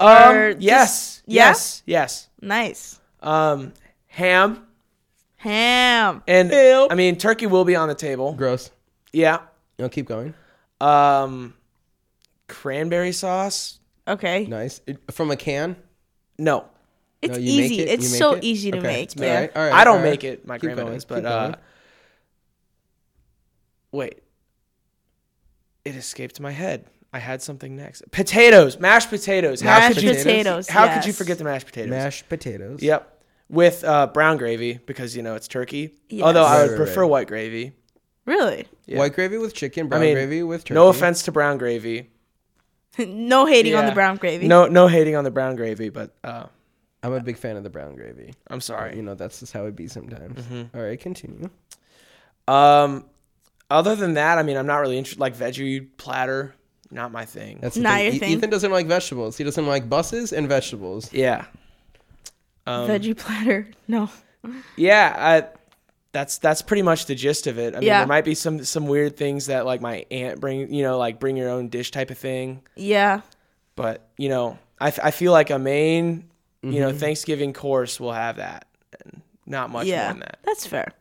B: Or
C: um, yes,
B: just-
C: yes,
B: yeah?
C: yes,
B: Nice.
C: Um, ham
B: Ham.
A: Eh,
C: and
A: Ew.
C: I mean turkey will be on the table.
A: Gross.
C: Yeah.
A: No, keep going.
C: Um, cranberry sauce.
B: Okay.
A: Nice. It- From a can.
C: No,
B: It's
A: no, you make
B: easy.
A: it?
B: It's
A: You make
B: so
A: it?
B: easy to
A: Okay.
B: make.
A: All
B: Yeah.
A: right, all right,
C: I don't
A: all right.
C: make it. My
A: Keep
C: grandma
A: going,
C: does, but
A: keep
C: uh,
A: going.
C: wait, it escaped my head. I had something next. Potatoes, mashed potatoes. how
B: Mashed
C: could you,
B: potatoes,
C: How could you
B: yes.
C: forget the mashed potatoes?
A: mashed potatoes.
C: Yep, with uh, brown gravy because you know it's turkey.
B: Yes.
C: Although
A: Right,
C: I would
A: right,
C: prefer
A: right.
C: white gravy.
B: Really.
A: White gravy with chicken. Brown
C: I mean,
A: gravy with turkey.
C: No offense to brown gravy.
B: no hating on the
C: Yeah.
B: brown gravy.
C: No, no hating on the brown gravy, but uh,
A: I'm a big fan of the brown gravy.
C: I'm sorry.
A: You know that's just how it be sometimes.
C: Mm-hmm.
A: All right, continue.
C: Um, other than that, I mean, I'm not really interested. Like veggie platter, not my thing.
A: That's the
B: Not your
A: E-
B: thing.
A: Ethan doesn't like vegetables. He doesn't like buses and vegetables.
C: yeah,
B: Veggie platter. No.
C: yeah. I, that's that's pretty much the gist of it. I mean,
B: Yeah.
C: there might be some some weird things that like my aunt bring, you know, like bring your own dish type of thing.
B: Yeah.
C: But you know, I, f- I feel like a main, you
A: Mm-hmm.
C: know, Thanksgiving course will have that, and not much more
B: Yeah.
C: than that.
B: That's fair.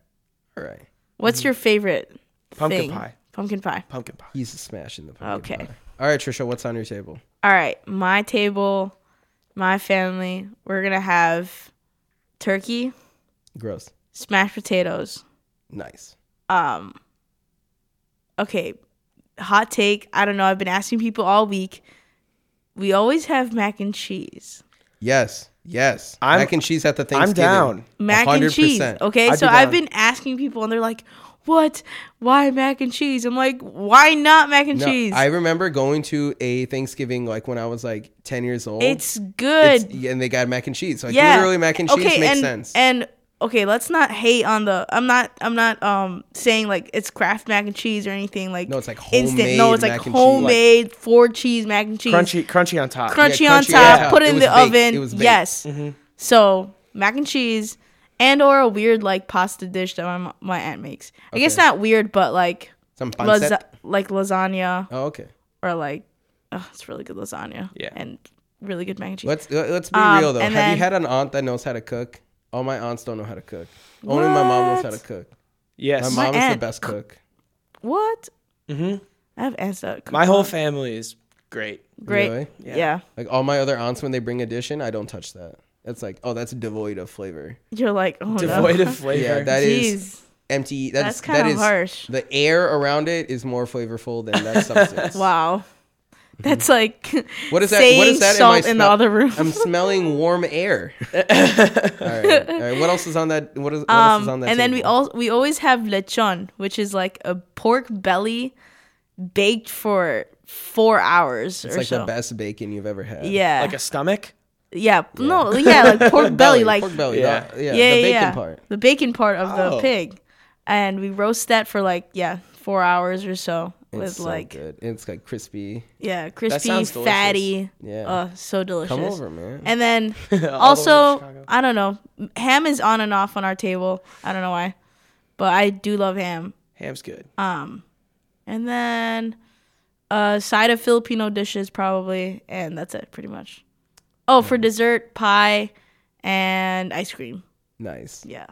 A: Mm-hmm. All right.
B: What's your favorite
C: Pumpkin
B: thing?
C: pie,
B: Pumpkin pie.
C: pumpkin pie.
A: He's smashing the pumpkin
B: Okay.
A: pie. All right, Trisha, what's on your table?
B: All right. My table, my family, we're going to have turkey,
A: Gross.
B: smashed potatoes.
A: Nice.
B: Um Okay. Hot take. I don't know. I've been asking people all week. We always have mac and cheese.
A: Yes. Yes.
C: I'm-
A: Mac and cheese at the
C: I'm
A: Thanksgiving.
C: down.
B: Mac and cheese.
A: 100%.
B: Okay.
C: I'd
B: so
C: be
B: I've
C: down.
B: been asking people and they're like, what? Why mac and cheese? I'm like, why not mac and
A: No,
B: cheese?
A: I remember going to a Thanksgiving like when I was like 10 years old.
B: it's good.
A: It's- and they got mac and cheese. Like
B: yeah.
A: literally mac and cheese
B: okay,
A: makes
B: and,
A: sense.
B: And okay, let's not hate on the I'm not I'm not um saying like it's craft mac and cheese or anything like
A: No, it's like
B: instant. No,
A: homemade
B: it's like
A: mac and cheese.
B: homemade four cheese mac and cheese.
C: Crunchy, crunchy on top.
B: crunchy,
A: Yeah,
B: on
A: crunchy
B: top,
A: on top.
B: put
A: It
B: in
A: was
B: the
A: baked. It was
B: oven.
A: baked. Mm-hmm.
B: Yes. So mac and cheese and or a weird like pasta dish that my my aunt makes. I guess
A: Okay.
B: not weird, but like
A: Some pancetta.
B: lasa- like lasagna
A: Oh, okay.
B: or like oh, it's really good lasagna.
C: Yeah.
B: And really good mac and cheese.
A: Let's let- let's be
B: Um,
A: real though. Have
B: and
A: you
B: then-
A: had an aunt that knows how to cook? All my aunts don't know how to cook. Only my mom knows how to
B: What?
A: cook. My
C: Yes,
A: mom
C: my,
A: is the
B: aunt
A: best cook.
B: What? Mm-hmm. I have aunts that cook
C: whole family is great.
B: great.
A: Really?
B: Yeah.
A: Like all my other aunts, when they bring a dish in, I don't touch that. It's like, oh, that's devoid of flavor.
B: You're like, oh
C: Devoid
B: no.
C: of flavor.
A: Yeah, that is
B: Jeez.
A: empty. That
B: That's
A: is-
B: kinda
A: that is-
B: harsh.
A: The air around it is more flavorful than that substance.
B: Wow. That's like
A: Mm-hmm. What is that?
B: saying
A: What is that?
B: salt
A: my
B: in the
A: smell-
B: other room.
A: I'm smelling warm air. all, right, all right. What else is on that? What is, what else
B: um,
A: is on
B: and
A: that?
B: then we
A: table?
B: all we always have lechon, which is like a pork belly baked for four hours
A: It's
B: or
A: like
B: so.
A: the best bacon you've ever had.
B: Yeah.
C: Like a stomach.
B: yeah. No. Yeah. Like pork belly. Like
A: pork belly.
C: Yeah.
A: the- yeah,
B: yeah,
A: the
B: yeah,
A: bacon
B: yeah.
A: part.
B: The bacon part of
C: Oh.
B: the pig, and we roast that for like yeah four hours or so with
A: It's so
B: like
A: good. It's like crispy.
B: yeah crispy,
C: sounds delicious.
B: fatty.
A: Yeah.
B: uh, so delicious.
A: Come over, man.
B: And then
C: All the way to
B: also
C: Chicago.
B: I don't know ham is on and off on our table. I don't know why, but I do love ham.
C: Ham's good.
B: And then a side of Filipino dishes probably, and that's it pretty much. Oh, for dessert, pie and ice cream.
A: nice.
B: Yeah.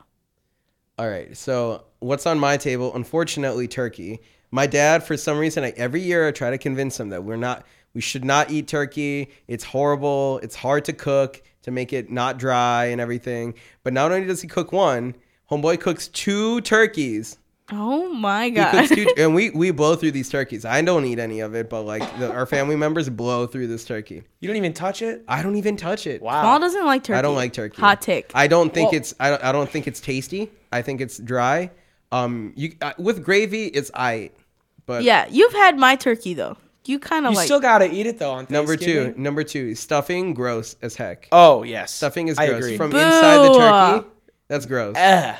A: All right. So what's on my table? Unfortunately, turkey. My dad, for some reason, I, every year I try to convince him that we're not, we should not eat turkey. It's horrible. It's hard to cook to make it not dry and everything. But not only does he cook one, homeboy cooks two turkeys.
B: Oh my
A: He
B: god.
A: cooks two, and we we blow through these turkeys. I don't eat any of it, but like the, our family members blow through this turkey.
C: You don't even touch it.
A: I don't even touch it.
C: Wow.
B: Paul doesn't like turkey.
A: I don't like turkey.
B: Hot take.
A: I don't think it's I don't, I don't think it's tasty. I think it's dry. Um, you uh, with gravy, it's I. But
B: yeah, you've had my turkey though. You kind of
C: You
B: like
C: still gotta eat it though. On
A: number two,
C: Thanksgiving.
A: number two, stuffing gross as heck.
C: Oh yes,
A: stuffing is
C: I
A: gross
C: agree.
A: from inside the
B: Boo!
A: turkey. That's gross.
C: Ugh.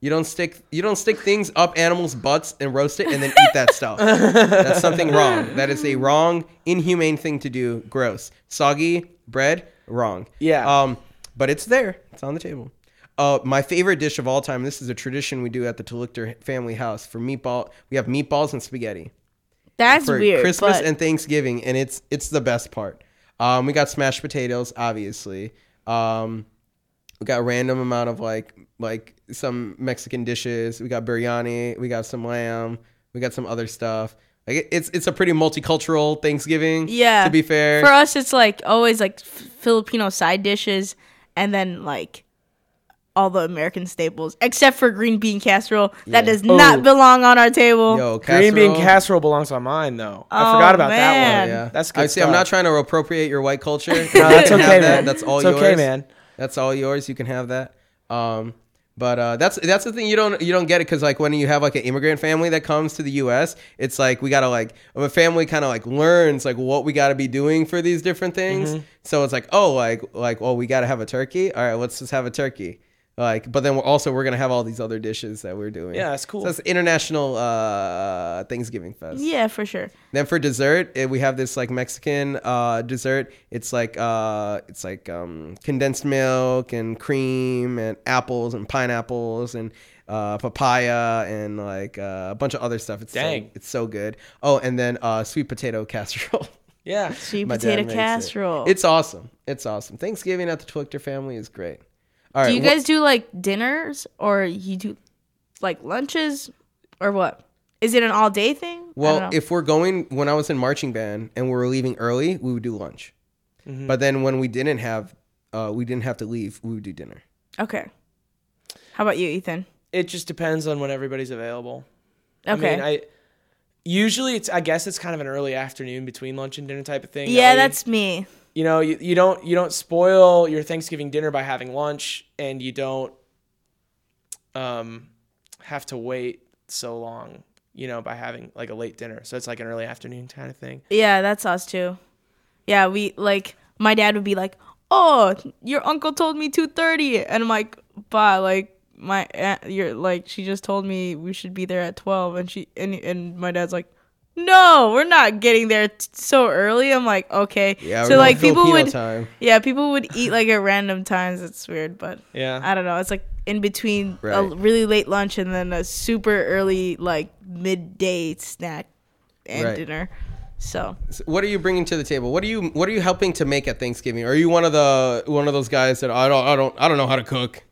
A: You don't stick you don't stick things up animals' butts and roast it and then eat that stuff. That's something wrong. That is a wrong, inhumane thing to do. Gross. Soggy bread, wrong.
C: Yeah.
A: Um, but it's there. It's on the table. Uh, my favorite dish of all time. This is a tradition we do at the Tolukter family house for meatball. We have meatballs and spaghetti
B: That's
A: for
B: weird.
A: Christmas
B: but
A: and Thanksgiving, and it's it's the best part. Um, we got smashed potatoes, obviously. Um, we got random amount of like like some Mexican dishes. We got biryani. We got some lamb. We got some other stuff. Like it- it's it's a pretty multicultural Thanksgiving.
B: yeah.
A: To be fair,
B: for us, it's like always like F- Filipino side dishes, and then like all the American staples, except for green bean casserole that does
C: Oh.
B: not belong on our table.
A: yo,
C: Green bean
A: casserole.
C: casserole belongs on mine though. I
B: Oh,
C: forgot about
B: man.
C: that one.
A: Yeah,
C: That's good.
A: I see. I'm
C: stuff.
A: not trying to appropriate your white culture.
C: No, that's
A: You can have that.
C: okay, man.
A: That's all
C: It's
A: yours.
C: okay, man.
A: That's all yours. You can have that. Um, but uh, that's that's the thing you don't you don't get it because like when you have like an immigrant family that comes to the U.S., it's like we gotta like a family kind of like learns like what we gotta be doing for these different things.
C: Mm-hmm.
A: So it's like oh like like well we gotta have a turkey. All right, let's just have a turkey. Like, but then we're also we're gonna have all these other dishes that we're doing.
C: Yeah, that's cool.
A: So it's international uh, Thanksgiving fest.
B: Yeah, for sure.
A: Then for dessert, eh, we have this like Mexican uh, dessert. It's like uh, it's like um, condensed milk and cream and apples and pineapples and uh, papaya and like uh, a bunch of other stuff. It's So,
C: Dang.
A: it's so good. Oh, and then uh, sweet potato casserole.
C: Yeah.
B: Sweet
A: My dad
B: potato
A: makes it.
B: casserole.
A: It's awesome. It's awesome. Thanksgiving at the Twichter family is great. All right.
B: do you
A: wh-
B: guys do like dinners or you do like lunches or what? Is it an all day thing? I
A: Well,
B: don't know.
A: if we're going, when I was in marching band and we were leaving early, we would do lunch. But then when we didn't have, uh, we didn't have to leave, we would do dinner.
B: okay. How about you, Ethan?
C: It just depends on when everybody's available.
B: Okay.
C: I mean, I usually it's I guess it's kind of an early afternoon between lunch and dinner type of thing. That
B: yeah,
C: way,
B: that's me.
C: you know you, you don't you don't spoil your Thanksgiving dinner by having lunch, and you don't um have to wait so long. You know, by having like a late dinner, so it's like an early afternoon kind of thing.
B: Yeah, that's us too. Yeah, we like my dad would be like, "Oh, your uncle told me 2:30." And I'm like, "Bah, like my aunt, you're like she just told me we should be there at 12." And she and and my dad's like, "No, we're not getting there t- so early." I'm like, "Okay."
A: Yeah,
B: so
A: we're
B: like
A: on
B: people
A: Filipino
B: would
A: time.
B: Yeah, people would eat like at random times. It's weird, but
C: Yeah.
B: I don't know. It's like in between a
A: Right.
B: really late lunch and then a super early like midday snack and
A: Right.
B: dinner. So
A: So what are you bringing to the table? What are you What are you helping to make at Thanksgiving? Are you one of the one of those guys that I don't I don't I don't know how to cook?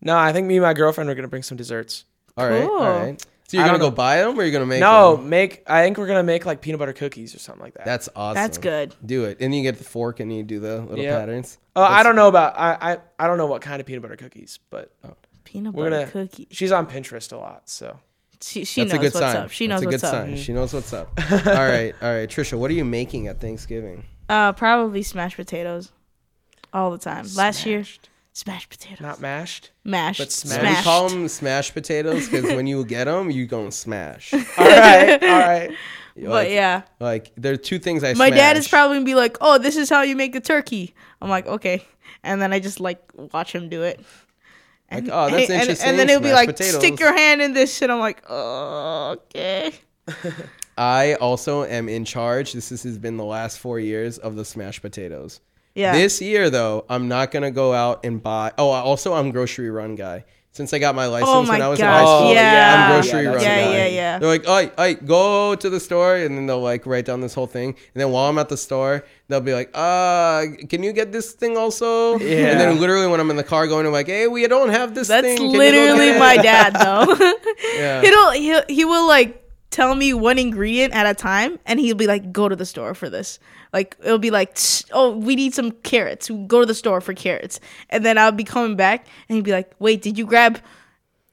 C: No, I think me and my girlfriend are gonna bring some desserts.
A: All right,
B: Cool.
A: all right. So you're
C: I
A: gonna
C: don't
A: go
C: know.
A: buy them, or you're gonna make?
C: No,
A: 'em?
C: make I think we're gonna make like peanut butter cookies or something like that.
A: that's awesome.
B: That's good.
A: Do it, and you get the fork, and you do the little
C: Yeah.
A: patterns.
C: Oh, I don't know about I, I I don't know what kind of peanut butter cookies, but
A: Oh,
B: peanut
C: we're
B: butter
C: gonna.
B: cookies.
C: She's on Pinterest a lot, so
B: She, she
A: That's
B: knows
A: a good
B: what's
A: sign.
B: up. She knows
A: That's a
B: what's
A: good
B: up.
A: sign. She knows what's up. all right, all right, Trisha. What are you making at Thanksgiving?
B: Uh, probably mashed potatoes, all the time. Last year, smashed potatoes,
C: not mashed.
B: mashed,
C: but smashed.
A: We
B: smashed.
A: call them smash potatoes because when you get them, you gonna smash.
C: All right, all right.
B: but yeah,
A: Like there are two things I.
B: my dad is
A: smash.
B: probably gonna be like, "Oh, this is how you make the turkey." I'm like, "Okay," and then I just like watch him do it. And,
A: Like, oh, that's
B: and- and-
A: interesting.
B: And, then he'll be
A: smashed
B: like,
A: potatoes.
B: "Stick your hand in this shit." I'm like, oh, "Okay."
A: I also am in charge. This is- has been the last four years of the smashed potatoes.
B: Yeah.
A: This year, though, I'm not gonna go out and buy. Oh, I- also I'm grocery run guy. Since I got my license
B: oh my
A: when I was in high
B: gosh!
A: school,
C: yeah,
B: yeah.
A: I'm grocery run
B: Yeah,
A: guy.
B: yeah, yeah.
A: They're like, "Oi, oi, go to the store," and then they'll like write down this whole thing. And then while I'm at the store, they'll be like, "Uh, can you get this thing also?"
C: Yeah.
A: And then literally when I'm in the car going, I'm like, "Hey, we don't have this
B: That's
A: thing." Can you go get
B: literally
A: it?"
B: my dad, though.
A: Yeah.
B: He'll, he'll he will like tell me one ingredient at a time, and he'll be like, "Go to the store for this." Like it'll be like, "Tss, "Oh, we need some carrots. Go to the store for carrots." And then I'll be coming back, and he'd be like, "Wait, did you grab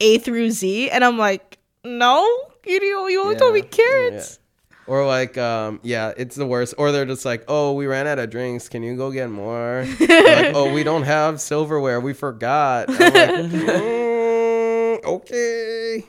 B: A through Z?" And I'm like, "No, you you you only told me
A: Yeah.
B: carrots."
A: Or like, um, yeah, it's the worst. Or they're just like, oh, we ran out of drinks. Can you go get more? They're like, oh, we don't have silverware. We forgot. I'm like, "Mm, okay.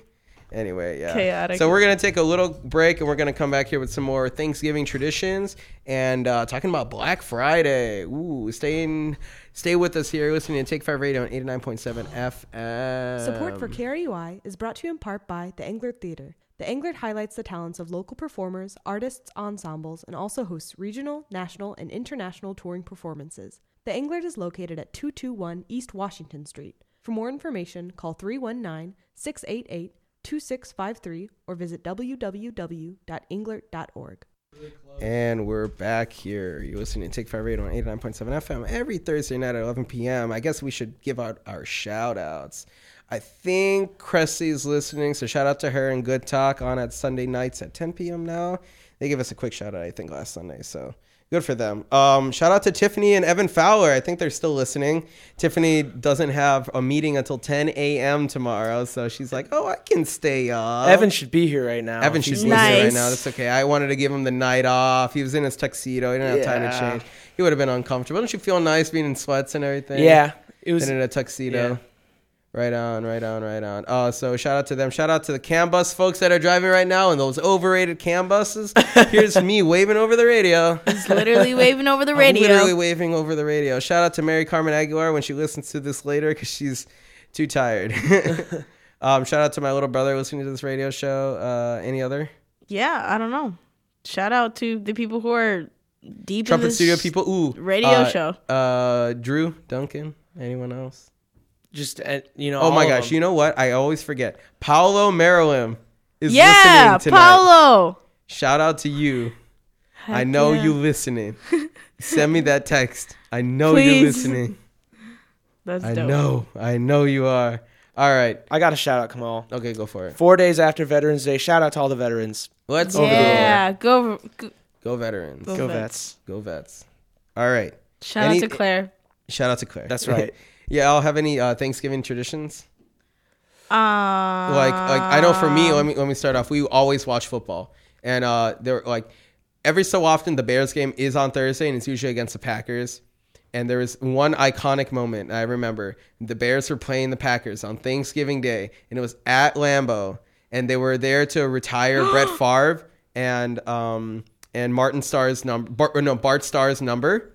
A: Anyway, yeah.
B: Chaotic.
A: So we're gonna take a little break, and we're gonna come back here with some more Thanksgiving traditions and uh, talking about Black Friday. Ooh, stay in, stay with us here, listening to Take Five Radio on eighty nine point seven FM.
G: Support for KRUI is brought to you in part by the Englert Theater. The Englert highlights the talents of local performers, artists, ensembles, and also hosts regional, national, and international touring performances. The Englert is located at 221 East Washington Street. For more information, call 319 688 2653 or visit www.englert.org.
A: And we're back here. You're listening to Take Five Radio on 89.7 FM every Thursday night at 11 p.m. I guess we should give out our shout outs. I think Cressy's listening, so shout out to her and Good Talk on at Sunday nights at 10 p.m. now. They gave us a quick shout out, I think, last Sunday, so good for them. Um, shout out to Tiffany and Evan Fowler. I think they're still listening. Tiffany doesn't have a meeting until 10 a.m. tomorrow, so she's like, oh, I can stay up.
C: Evan should be here right now.
A: Evan should
C: Oh, She's-
A: be here right
B: Nice.
A: now. That's okay. I wanted to give him the night off. He was in his tuxedo. He didn't have time to
C: Yeah.
A: change. He would have been uncomfortable. Don't you feel nice being in sweats and everything?
C: Yeah, it was.
A: Been in a tuxedo.
C: yeah.
A: Right on, right on, right on. Oh, so shout out to them. Shout out to the CAM bus folks that are driving right now and those overrated CAM buses. Here's me waving over the radio.
B: He's literally waving over the radio.
A: Literally waving over the radio. Shout out to Mary Carmen Aguilar when she listens to this later because she's too tired. um, shout out to my little brother listening to this radio show. Uh, any other?
B: yeah, I don't know. Shout out to the people who are deep in
A: Trumpet
B: this
A: Studio people. Ooh,
B: radio
A: uh,
B: show.
A: Uh, Drew Duncan. Anyone else?
C: just uh, you know.
A: Oh my
C: all of
A: gosh!
C: them.
A: You know what? I always forget. Paolo Marilyn is
B: Yeah,
A: listening tonight.
B: Paulo.
A: Shout out to you. I know
B: yeah.
A: you listening. Send me that text. I know
B: Please.
A: you listening.
B: That's
A: I
B: dope.
A: know. I know you are. All right.
C: I got to shout out Kamal.
A: Okay, go for it.
C: Four days after Veterans Day, shout out to all the veterans.
A: Let's
B: Yeah, go, go
A: go. Go veterans.
B: Go
A: Go,
C: Go
B: Vets.
C: vets.
A: vets. All right.
B: Shout
A: Any-
B: out to Claire.
A: Shout out to Claire.
C: That's right.
A: yeah. I'll have any uh, Thanksgiving traditions.
B: Um,
A: like like I know for me, let me let me start off. We always watch football, and uh, there like every so often the Bears game is on Thursday, and it's usually against the Packers. And there was one iconic moment I remember. The Bears were playing the Packers on Thanksgiving Day, and it was at Lambeau, and they were there to retire Brett Favre and um and Martin Starr's number, Bar- no Bart Starr's number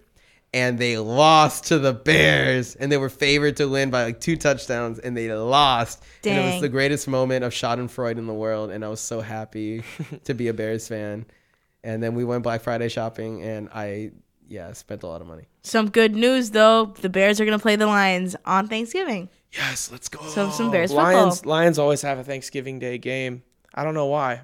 A: and they lost to the Bears, and they were favored to win by like two touchdowns, and they lost. And it was
B: Dang.
A: the greatest moment of Schadenfreude in the world, and I was so happy to be a Bears fan. And then we went Black Friday shopping, and I yeah spent a lot of money.
B: some good news though. The Bears are gonna play the Lions on Thanksgiving.
A: Yes, let's go.
B: So some Bears
C: Lions.
B: football.
C: Lions always have a Thanksgiving Day game. I don't know why.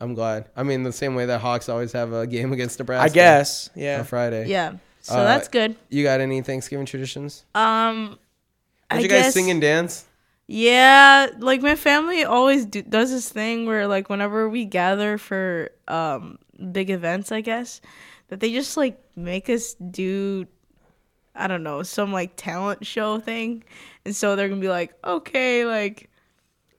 A: I'm glad. I mean, the same way that Hawks always have a game against Nebraska.
C: I guess.
A: on
C: Yeah.
A: Friday.
B: Yeah, so
A: Uh,
B: that's good.
A: You got any Thanksgiving traditions?
B: Um,
A: Did
B: I
A: you guys
B: guess,
A: sing and dance?
B: Yeah, like my family always do, does this thing where like whenever we gather for um big events, I guess, that they just like make us do I don't know, some like talent show thing. And so they're going to be like, "Okay, like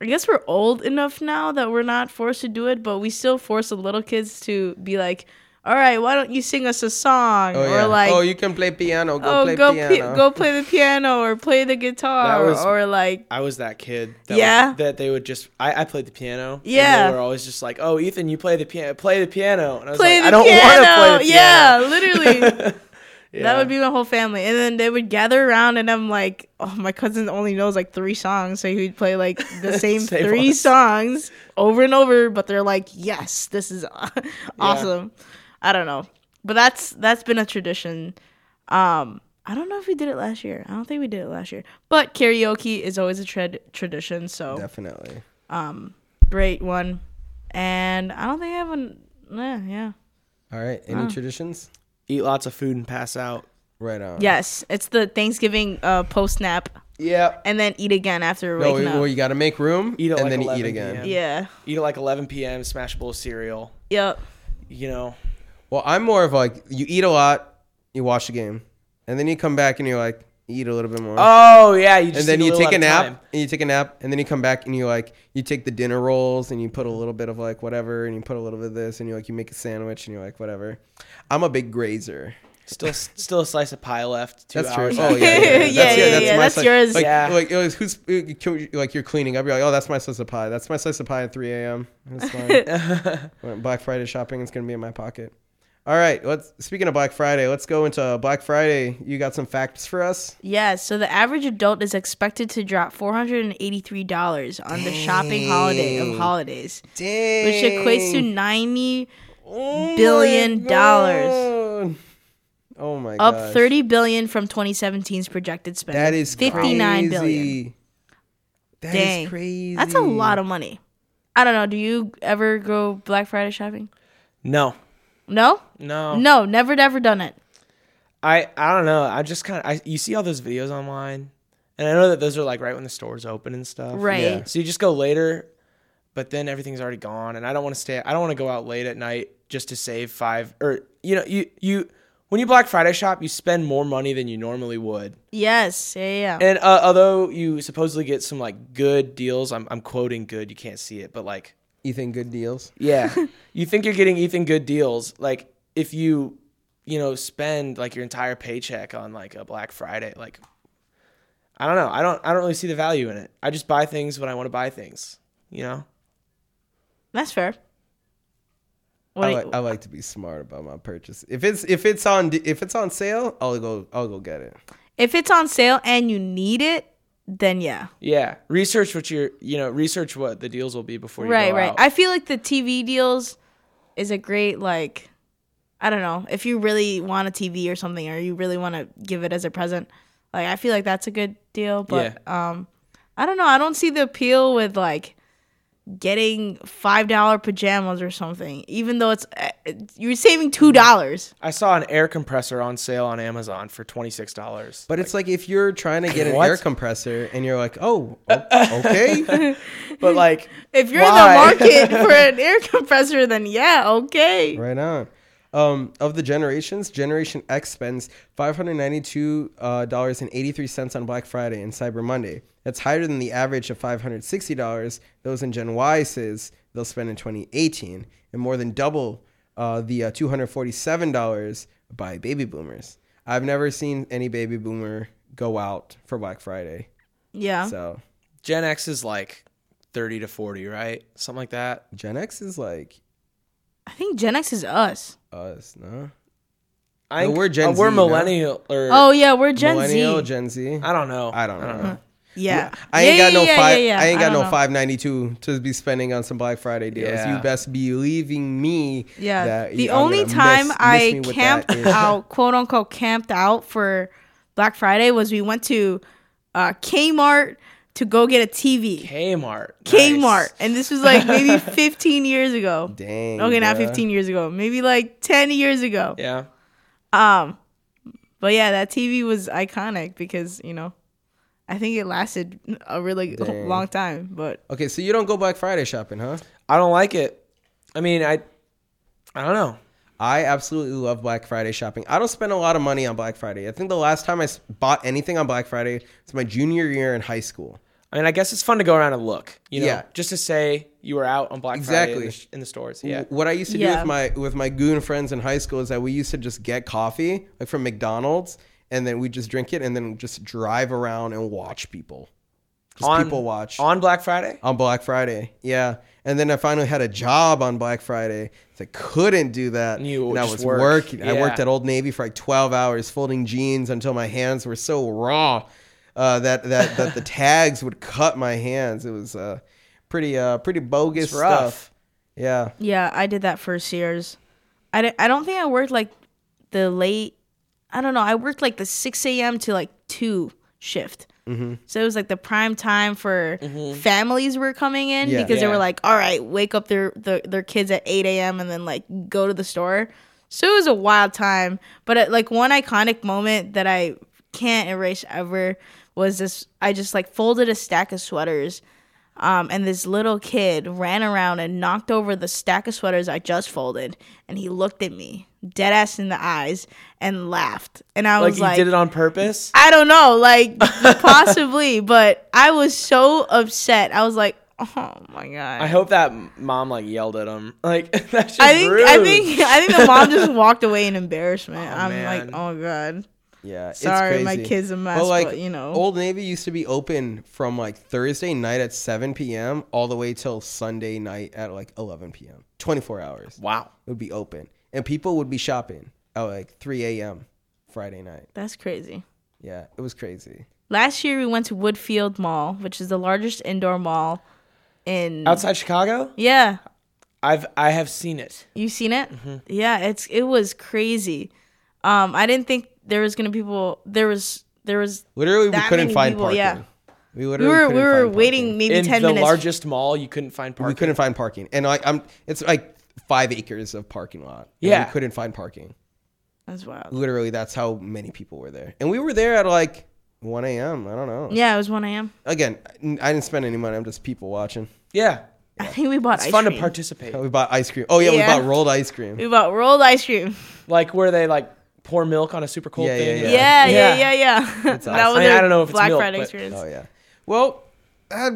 B: I guess we're old enough now that we're not forced to do it, but we still force the little kids to be like, "All right, why don't you sing us a song?"
A: Oh
B: or
A: yeah.
B: like
A: oh, you can play piano. Go
B: oh,
A: play
B: go
A: piano.
B: pi- go play the piano or play the guitar
C: was-
B: or like
C: I was that kid. That
B: Yeah.
C: Would, that they would just. I, I played the piano. and
B: Yeah.
C: they were always just like, "Oh, Ethan, you play the piano. Play the piano." And I was
B: play
C: like,
B: the
C: "I don't
B: piano.
C: want to play the piano."
B: Yeah, literally.
C: Yeah.
B: That would be my whole family, and then they would gather around, and I'm like, oh, my cousin only knows like three songs, so he would play like the same,
C: Same
B: three
C: ones.
B: songs over and over. But they're like, yes, this is awesome. I don't know, but that's that's been a tradition. Um, I don't know if we did it last year. I don't think we did it last year, but karaoke is always a trad tradition. So
A: Definitely.
B: great one, and I don't think I have an yeah, yeah.
A: All right. Any
B: Ah.
A: traditions?
C: Eat lots of food and pass out.
A: Right on.
B: Yes, it's the Thanksgiving uh, post nap,
C: Yeah.
B: and then eat again after
A: No,
B: waking
A: Oh, well,
B: up.
A: you got to make room
C: Eat at
A: and
C: like
A: then
C: 11
A: eat again.
C: p.m.
B: yeah,
C: Eat at like 11 p.m. Smash a bowl of cereal.
B: yep.
C: You know.
A: Well, I'm more of like you eat a lot, you watch the game, and then you come back and you're like you eat a little bit more,
C: Oh yeah. You just
A: and then
C: eat
A: you
C: little
A: take
C: at
A: a nap,
C: time.
A: and you take a nap, and then you come back and you like you take the dinner rolls and you put a little bit of like whatever, and you put a little bit of this, and you like you make a sandwich and you're like whatever. I'm a big grazer.
C: Still, still a slice of pie left. Two
A: That's true.
C: hours
A: Oh
C: after.
A: yeah, yeah, yeah.
B: Yeah, yeah, yeah,
A: my
B: that's
A: slice-
B: yours.
A: Like,
C: Yeah.
A: like, it was- who's can we- like you're cleaning up. You're like, oh, that's my slice of pie. That's my slice of pie at 3 a.m. That's fine. Went Black Friday shopping is gonna be in my pocket. All right. Let's speaking of Black Friday, let's go into Black Friday. You got some facts for us?
B: Yeah, so the average adult is expected to drop $483 on the shopping holiday of holidays,
A: Dang.
B: which equates to 90 billion dollars,
A: Oh my god.
B: up 30 billion from 2017's projected spend.
A: That is crazy.
B: 59 billion.
A: That is
B: Dang.
A: crazy.
B: That's a lot of money. I don't know. Do you ever go Black Friday shopping?
C: No,
B: No?
C: no,
B: No, never, never done it.
C: I I don't know. I just kind of you see all those videos online, and I know that those are like right when the stores open and stuff.
B: Right. Yeah.
C: So you just go later, but then everything's already gone, and I don't want to stay. I don't want to go out late at night just to save five or you know you you when you Black Friday shop you spend more money than you normally would.
B: Yes. Yeah, yeah, yeah.
C: And uh, although you supposedly get some like good deals, I'm I'm quoting good. You can't see it, but like
A: You think good deals?
C: yeah. you think you're getting Ethan good deals. Like if you, you know, spend like your entire paycheck on like a Black Friday, like I don't know. I don't I don't really see the value in it. I just buy things when I want to buy things, you know?
B: That's fair. What
A: I
B: do
A: like,
B: you-
A: I like to be smart about my purchase. If it's if it's on if it's on sale, I'll go I'll go get it.
B: if it's on sale and you need it, then yeah.
C: Yeah. Research what your you know, research what the deals will be before you
B: Right,
C: go
B: right.
C: out.
B: I feel like the TV deals is a great like I don't know, if you really want a TV or something or you really want to give it as a present. Like I feel like that's a good deal, but um I don't know, I don't see the appeal with like getting $5 pajamas or something even though it's eh, you're saving $2.
C: I saw an air compressor on sale on Amazon for twenty six dollars.
A: But it's like if you're trying to get an
C: What?
A: air compressor and you're like, oh, o- okay,
C: But like
B: If you're
C: Why?
B: in the market for an air compressor then yeah, okay.
A: right on. Um, of the generations, Generation X spends five hundred ninety-two uh, dollars and eighty-three cents on Black Friday and Cyber Monday. That's higher than the average of five hundred sixty dollars. Those in Gen Y says they'll spend in twenty eighteen, and more than double uh, the uh, two hundred forty-seven dollars by baby boomers. I've never seen any baby boomer go out for Black Friday,
B: Yeah.
A: so
C: Gen X is like thirty to forty, right? Something like that.
A: Gen X is like
B: I think Gen X is us.
A: us, no?
C: I think
A: we're Gen
C: uh, we're
A: Z, no?
C: millennial or
B: Oh yeah, we're Gen
A: Millennial
B: Z.
A: Gen Z.
C: I don't know.
A: I don't know.
B: yeah.
A: I ain't got
B: Yeah, yeah,
A: no
B: yeah,
A: five.
B: yeah, yeah.
A: I ain't got
B: don't
A: no
B: know.
A: five ninety two to be spending on some Black Friday deals.
C: Yeah.
A: You best be leaving me.
B: Yeah.
A: that
B: the
A: you- I'm
B: only
A: gonna
B: time
A: miss- miss me
B: I
A: with
B: camped
A: that is-
B: out, quote unquote, camped out for Black Friday was we went to uh, Kmart to go get a TV.
C: Kmart.
B: Kmart,
C: Nice.
B: and this was like maybe 15 years ago.
A: Dang.
B: okay, not
A: bruh.
B: 15 years ago. Maybe like 10 years ago.
C: Yeah.
B: Um, but yeah, that TV was iconic because you know, I think it lasted a really
A: Dang.
B: long time. But
A: Okay, so you don't go Black Friday shopping, huh?
C: I don't like it. I mean, I I don't know.
A: I absolutely love Black Friday shopping. I don't spend a lot of money on Black Friday. I think the last time I s- bought anything on Black Friday was my junior year in high school.
C: I mean, I guess it's fun to go around and look, you know,
A: Yeah.
C: just to say you were out on Black Friday in
A: Exactly.
C: the, sh- in the stores. Yeah.
A: What I used to do
B: Yeah.
A: with my with my goon friends in high school is that we used to just get coffee like from McDonald's and then we just drink it and then just drive around and watch people. Just
C: On-
A: people watch
C: On Black Friday?
A: on Black Friday. Yeah. And then I finally had a job on Black Friday. So I couldn't do that.
C: You
A: and I
C: just
A: was
C: work.
A: working. I
C: Yeah.
A: worked at Old Navy for like 12 hours folding jeans until my hands were so raw uh, that, that, that the tags would cut my hands. It was uh, pretty, uh, pretty bogus
C: It's rough.
A: stuff. Yeah.
B: Yeah, I did that for Sears. I, di- I don't think I worked like the late, I don't know, I worked like the 6 a.m. to like 2 shift. So it was like the prime time for families were coming in
A: Yeah.
B: because they
C: Mm-hmm. Yeah.
B: were like, all right, wake up their, their, their kids at 8 a.m. and then like go to the store. So it was a wild time. But uh like one iconic moment that I can't erase ever was this I just like folded a stack of sweaters um, and this little kid ran around and knocked over the stack of sweaters I just folded. And he looked at me dead ass in the eyes and laughed. And I
C: Like,
B: was
C: you
B: like,
C: did it on purpose?
B: I don't know, like possibly, but I was so upset. I was like, oh my god.
C: I hope that m- mom like yelled at him. Like that's just
B: I think
C: rude.
B: I think I think the mom just walked away in embarrassment. I'm
C: man.
B: like, oh god.
A: Yeah, it's
B: Sorry, my
A: crazy.
B: kid's a mess, but, you know.
A: Old Navy used to be open from like Thursday night at 7 p.m. all the way till Sunday night at like 11 p.m. 24 hours.
C: wow.
A: It would be open, and people would be shopping at like 3 a.m. Friday night.
B: That's crazy.
A: Yeah, it was crazy.
B: Last year we went to Woodfield Mall, which is the largest indoor mall in
C: Outside Chicago?
B: Yeah.
C: I've I have seen it.
B: You seen it?
A: Mm-hmm.
B: Yeah, it's it was crazy. Um, I didn't think there was gonna people. There was there was
A: Literally,
B: That
A: we couldn't
B: many
A: find
B: people,
A: parking.
B: yeah.
A: We
B: We
A: literally
B: were we
A: couldn't
B: were
A: find parking.
B: waiting maybe
C: in
B: ten
C: the
B: minutes.
C: largest mall, you couldn't find parking.
A: We couldn't find parking, and I, I'm it's like five acres of parking lot. and
C: Yeah.
A: we couldn't find parking.
B: That's wild.
A: Literally, that's how many people were there, and we were there at like 1 a.m. I don't know.
B: Yeah, it was one a.m.
A: Again, I didn't spend any money. I'm just people watching.
C: Yeah,
B: I think we bought
C: it's
B: ice
C: fun to
B: cream.
C: participate.
A: We bought ice cream. Oh yeah,
B: Yeah.
A: we bought rolled ice cream.
B: we bought rolled ice cream.
C: Like where they like pour milk on a super cold
A: Yeah, yeah,
C: thing.
A: yeah.
B: Yeah, yeah,
C: Yeah.
B: yeah, yeah. that
C: awesome. I mean,
B: our
C: I don't know if it's
B: Black
C: milk,
B: Friday
C: but-
B: experience.
A: Oh yeah. Well, that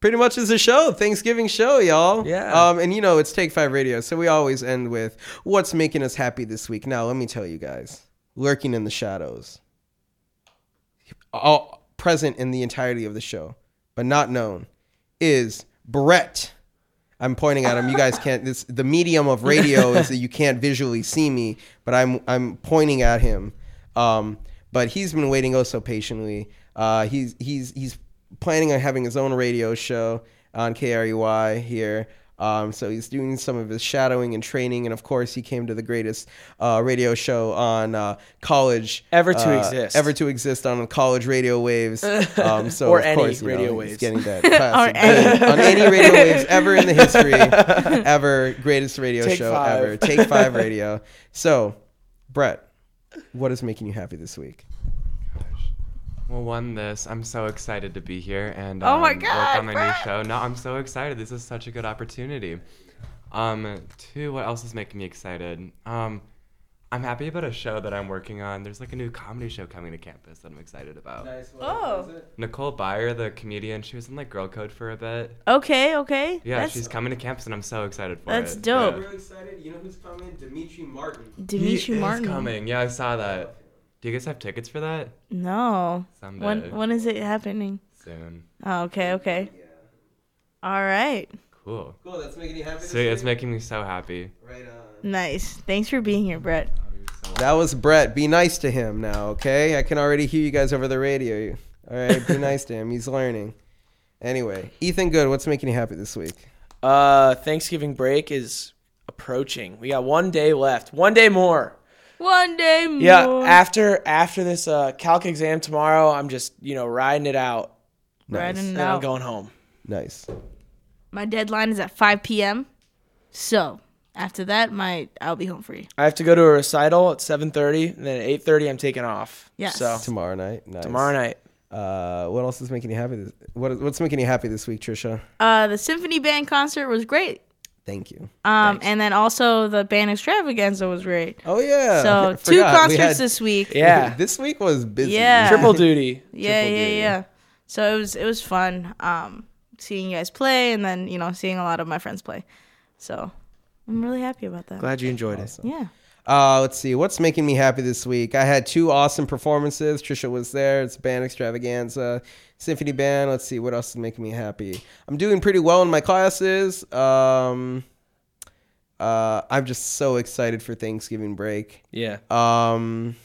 A: pretty much is the show. Thanksgiving show, y'all.
C: Yeah.
A: Um, and you know it's Take Five Radio, so we always end with what's making us happy this week. Now, let me tell you guys, lurking in the shadows, all present in the entirety of the show, but not known, is Brett. I'm pointing at him. You guys can't. This the medium of radio is that you can't visually see me, but I'm I'm pointing at him. Um, but he's been waiting oh so patiently. Uh, he's he's he's planning on having his own radio show on KREY here. Um, so he's doing some of his shadowing and training, and of course he came to the greatest uh, radio show on uh, college
C: Ever to
A: uh,
C: exist.
A: ever to exist on college radio waves. Um, so
C: Or
A: of
C: any
A: course, you know,
C: radio
A: he's
C: waves.
A: getting that classic
B: any.
A: on any radio waves ever in the history, ever greatest radio
C: Take
A: show
C: five.
A: ever. Take five radio. So, Brett, what is making you happy this week?
H: Well, one, this. I'm so excited to be here and
B: Oh my
H: um,
B: God,
H: work on my new show. No, I'm so excited. This is such a good opportunity. Um, two, what else is making me excited? Um, I'm happy about a show that I'm working on. There's like a new comedy show coming to campus that I'm excited about.
B: Oh,
H: Nicole Byer, the comedian, she was in like Girl Code for a bit.
B: okay, okay.
H: Yeah,
B: that's,
H: she's coming to campus and I'm so excited for
B: that's
H: it.
B: dope.
H: Yeah.
A: excited. You know who's coming? Dimitri Martin.
H: He
B: Dimitri
H: is
B: Martin.
H: coming. Yeah, I saw that. Do you guys have tickets for that?
B: No.
H: Someday.
B: When when is it happening?
H: Soon.
B: Oh, okay, okay. All right.
H: Cool.
A: Cool. That's making you happy.
H: Sweet, it's making me so happy.
A: right on.
B: Nice. Thanks for being here, Brett.
A: That was Brett. Be nice to him now, okay? I can already hear you guys over the radio. All right, be nice to him. He's learning. Anyway, Ethan Good, what's making you happy this week?
C: Uh, Thanksgiving break is approaching. We got one day left. One day more.
B: One day more.
C: Yeah. After after this uh, calc exam tomorrow, I'm just you know riding it out
B: Riding
C: and
B: it
C: I'm
B: out.
C: going home.
A: Nice.
B: My deadline is at 5 p.m. So after that, my I'll be home free.
C: I have to go to a recital at 7:30, and then at 8:30 I'm taking off.
B: Yes.
C: So
A: Tomorrow night. Nice.
C: tomorrow night.
A: Uh, what else is making you happy? This, what, what's making you happy this week, Trisha?
B: Uh, the symphony band concert was great.
A: Thank you.
B: Um, and then also the band extravaganza was great.
A: Oh yeah.
B: so
A: I
B: two
A: forgot. We
B: concerts
A: had-
B: this week.
C: Yeah.
A: This week was busy.
B: Yeah.
C: Triple duty.
B: yeah,
A: Triple
B: yeah,
A: duty.
B: yeah. So it was it was fun. Um, seeing you guys play, and then you know seeing a lot of my friends play. So I'm really happy about that.
C: Glad you enjoyed it.
B: Yeah.
A: Uh, let's see. What's making me happy this week? I had two awesome performances. Trisha was there. It's band extravaganza, symphony band. Let's see what else is making me happy. I'm doing pretty well in my classes. Um, uh, I'm just so excited for Thanksgiving break.
C: Yeah. Uh,
A: Um,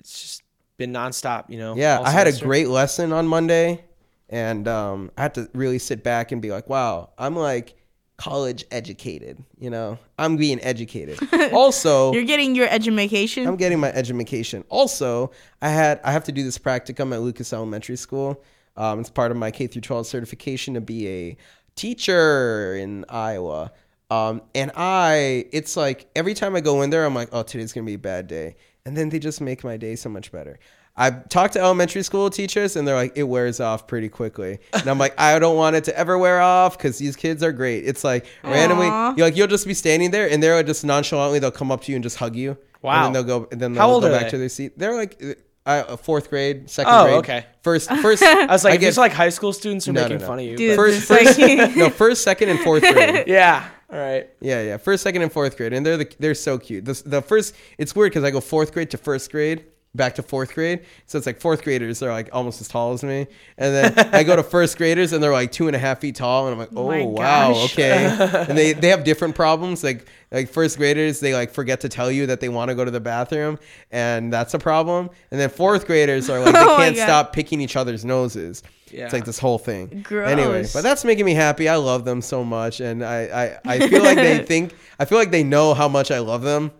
C: It's just been nonstop. You know.
A: Yeah,
C: all
A: I had a
C: semester.
A: great lesson on Monday, and um, I had to really sit back and be like, "Wow, I'm like college educated. You know, I'm being educated." also,
B: You're getting your education.
A: I'm getting my education. Also, I had I have to do this practicum at Lucas Elementary School. Um, it's part of my K through 12 certification to be a teacher in Iowa. Um, and I, it's like every time I go in there, I'm like, oh, today's gonna be a bad day, and then they just make my day so much better. I've talked to elementary school teachers, and they're like, it wears off pretty quickly, and I'm like, I don't want it to ever wear off because these kids are great. It's like randomly, you're like you'll just be standing there, and they're just nonchalantly they'll come up to you and just hug you.
C: Wow.
A: And then they'll go. And then they'll
C: How old
A: go
C: are
A: back
C: they?
A: to their seat. They're like uh, uh, fourth grade, second
C: Oh,
A: grade.
C: okay.
A: First, first. I
C: I was like, if it's like high school students are
A: No, no,
C: making
A: no.
C: fun of you.
B: Dude,
C: but-
A: first,
B: it's
A: first,
B: like-
A: no, first, second, and fourth grade.
C: yeah. All right.
A: Yeah, yeah, first, second, and fourth grade, and they're the, they're so cute. The, the first, it's weird because I go fourth grade to first grade, back to fourth grade, so it's like fourth graders are like almost as tall as me, and then I go to first graders and they're like two and a half feet tall, and I'm like, oh,
B: my
A: wow,
B: gosh.
A: okay. and they they have different problems, like like first graders they like forget to tell you that they want to go to the bathroom, and that's a problem, and then fourth graders are like they
B: Oh my
A: can't
B: God.
A: stop picking each other's noses.
C: Yeah.
A: It's like this whole thing.
B: Gross.
A: Anyway, but that's making me happy. I love them so much, and I, I, I feel like they think I feel like they know how much I love them.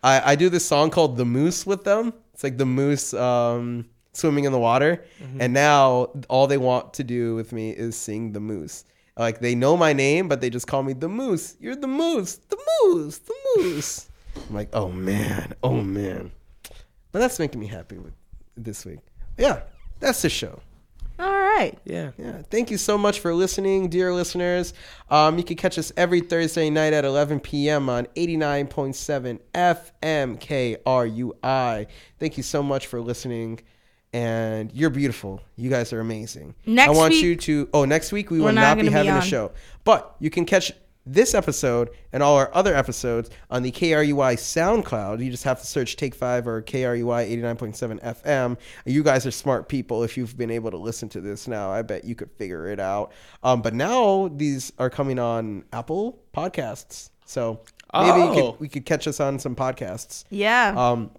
A: I, I do this song called "The Moose" with them. It's like the moose. Um, swimming in the water, and now all they want to do with me is sing the moose. Like they know my name, but they just call me the moose. You're the moose, the moose, the moose. I'm like, oh man, oh man. But that's making me happy with this week. Yeah, that's the show.
B: All right.
C: Yeah.
A: Yeah, thank you so much for listening, dear listeners. Um, you can catch us every Thursday night at 11 p.m. on 89.7 FM KRUI. Thank you so much for listening, and you're beautiful. You guys are amazing.
B: Next
A: I want
B: week-
A: you to. Oh, next week we
B: We're
A: will
B: not
A: not, be
B: gonna be
A: having a
B: on.
A: show, but you can catch this episode and all our other episodes on the KRUI SoundCloud. You just have to search Take Five or KRUI 89.7 FM. You guys are smart people if you've been able to listen to this now. I bet you could figure it out. Um, but now these are coming on Apple Podcasts. So maybe you
C: Oh.
A: could, we could catch us on some podcasts.
B: Yeah.
A: Um,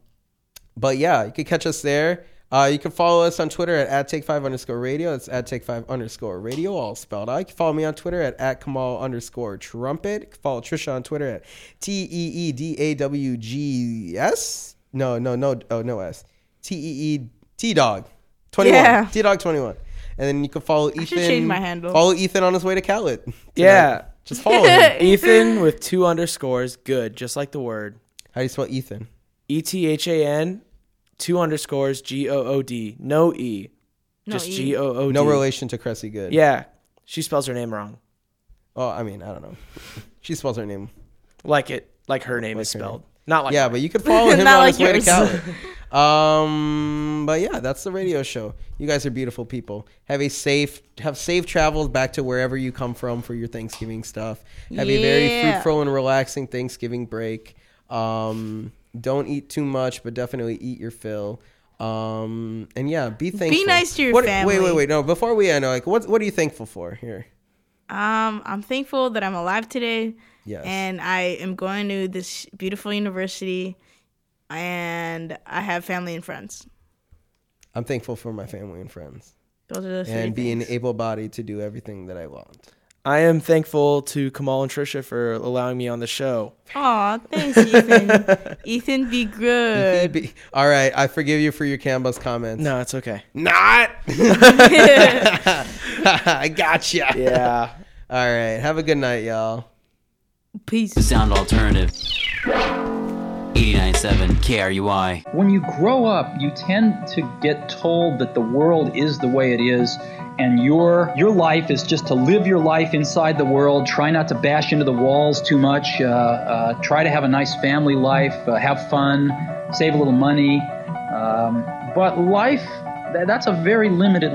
A: but yeah, you can catch us there. Uh, you can follow us on Twitter at, at take five underscore radio. That's at take five underscore radio, all spelled out. You can follow me on Twitter at, at Kamal underscore trumpet. You can follow Trisha on Twitter at T E E D A W G S. No, no, no, oh, no S. T E E T Dog 21.
B: Yeah.
A: T Dog 21. And then you can follow Ethan.
B: should change my handle.
A: Follow Ethan on his way to Calit. tonight.
C: Yeah.
A: Just follow him.
C: Ethan with two underscores. Good, just like the word.
A: How do you spell Ethan?
C: E T H A N, two underscores. G O O D. No E. just
B: E.
C: G O O D.
A: No relation to Cressy Good.
C: Yeah. She spells her name wrong.
A: Oh, I mean, I don't know. She spells her name
C: Like it. Like her name is
A: her
C: spelled. Not like.
A: yeah, but you could follow him on
B: Not
A: his
B: like
A: way to Cali. um, but yeah, that's the radio show. You guys are beautiful people. Have a safe, have safe travels back to wherever you come from for your Thanksgiving stuff. Have a very
B: Yeah.
A: fruitful and relaxing Thanksgiving break. Um, don't eat too much, but definitely eat your fill. Um, and yeah, be thankful.
B: nice to your
A: What- Wait,
B: family.
A: wait, wait. No, before we end, like, what what are you thankful for here?
B: Um, I'm thankful that I'm alive today.
A: Yes.
B: And I am going to this beautiful university, and I have family and friends.
A: I'm thankful for my family and friends
B: Those are the three
A: and being
B: things.
A: able bodied to do everything that I want.
C: I am thankful to Kamal and Trisha for allowing me on the show.
B: Aw, thanks, Ethan. Ethan, be good.
A: Be- All right, I forgive you for your Canvas comments.
C: No, it's okay.
A: Not. I gotcha.
C: Yeah.
A: All right, have a good night, y'all.
B: Peace.
I: Sound alternative. 89.7 KRUI.
J: when you grow up, you tend to get told that the world is the way it is, and your your life is just to live your life inside the world. Try not to bash into the walls too much. Uh, uh, try to have a nice family life. Uh, have fun. Save a little money. Um, but life, tha- that's a very limited.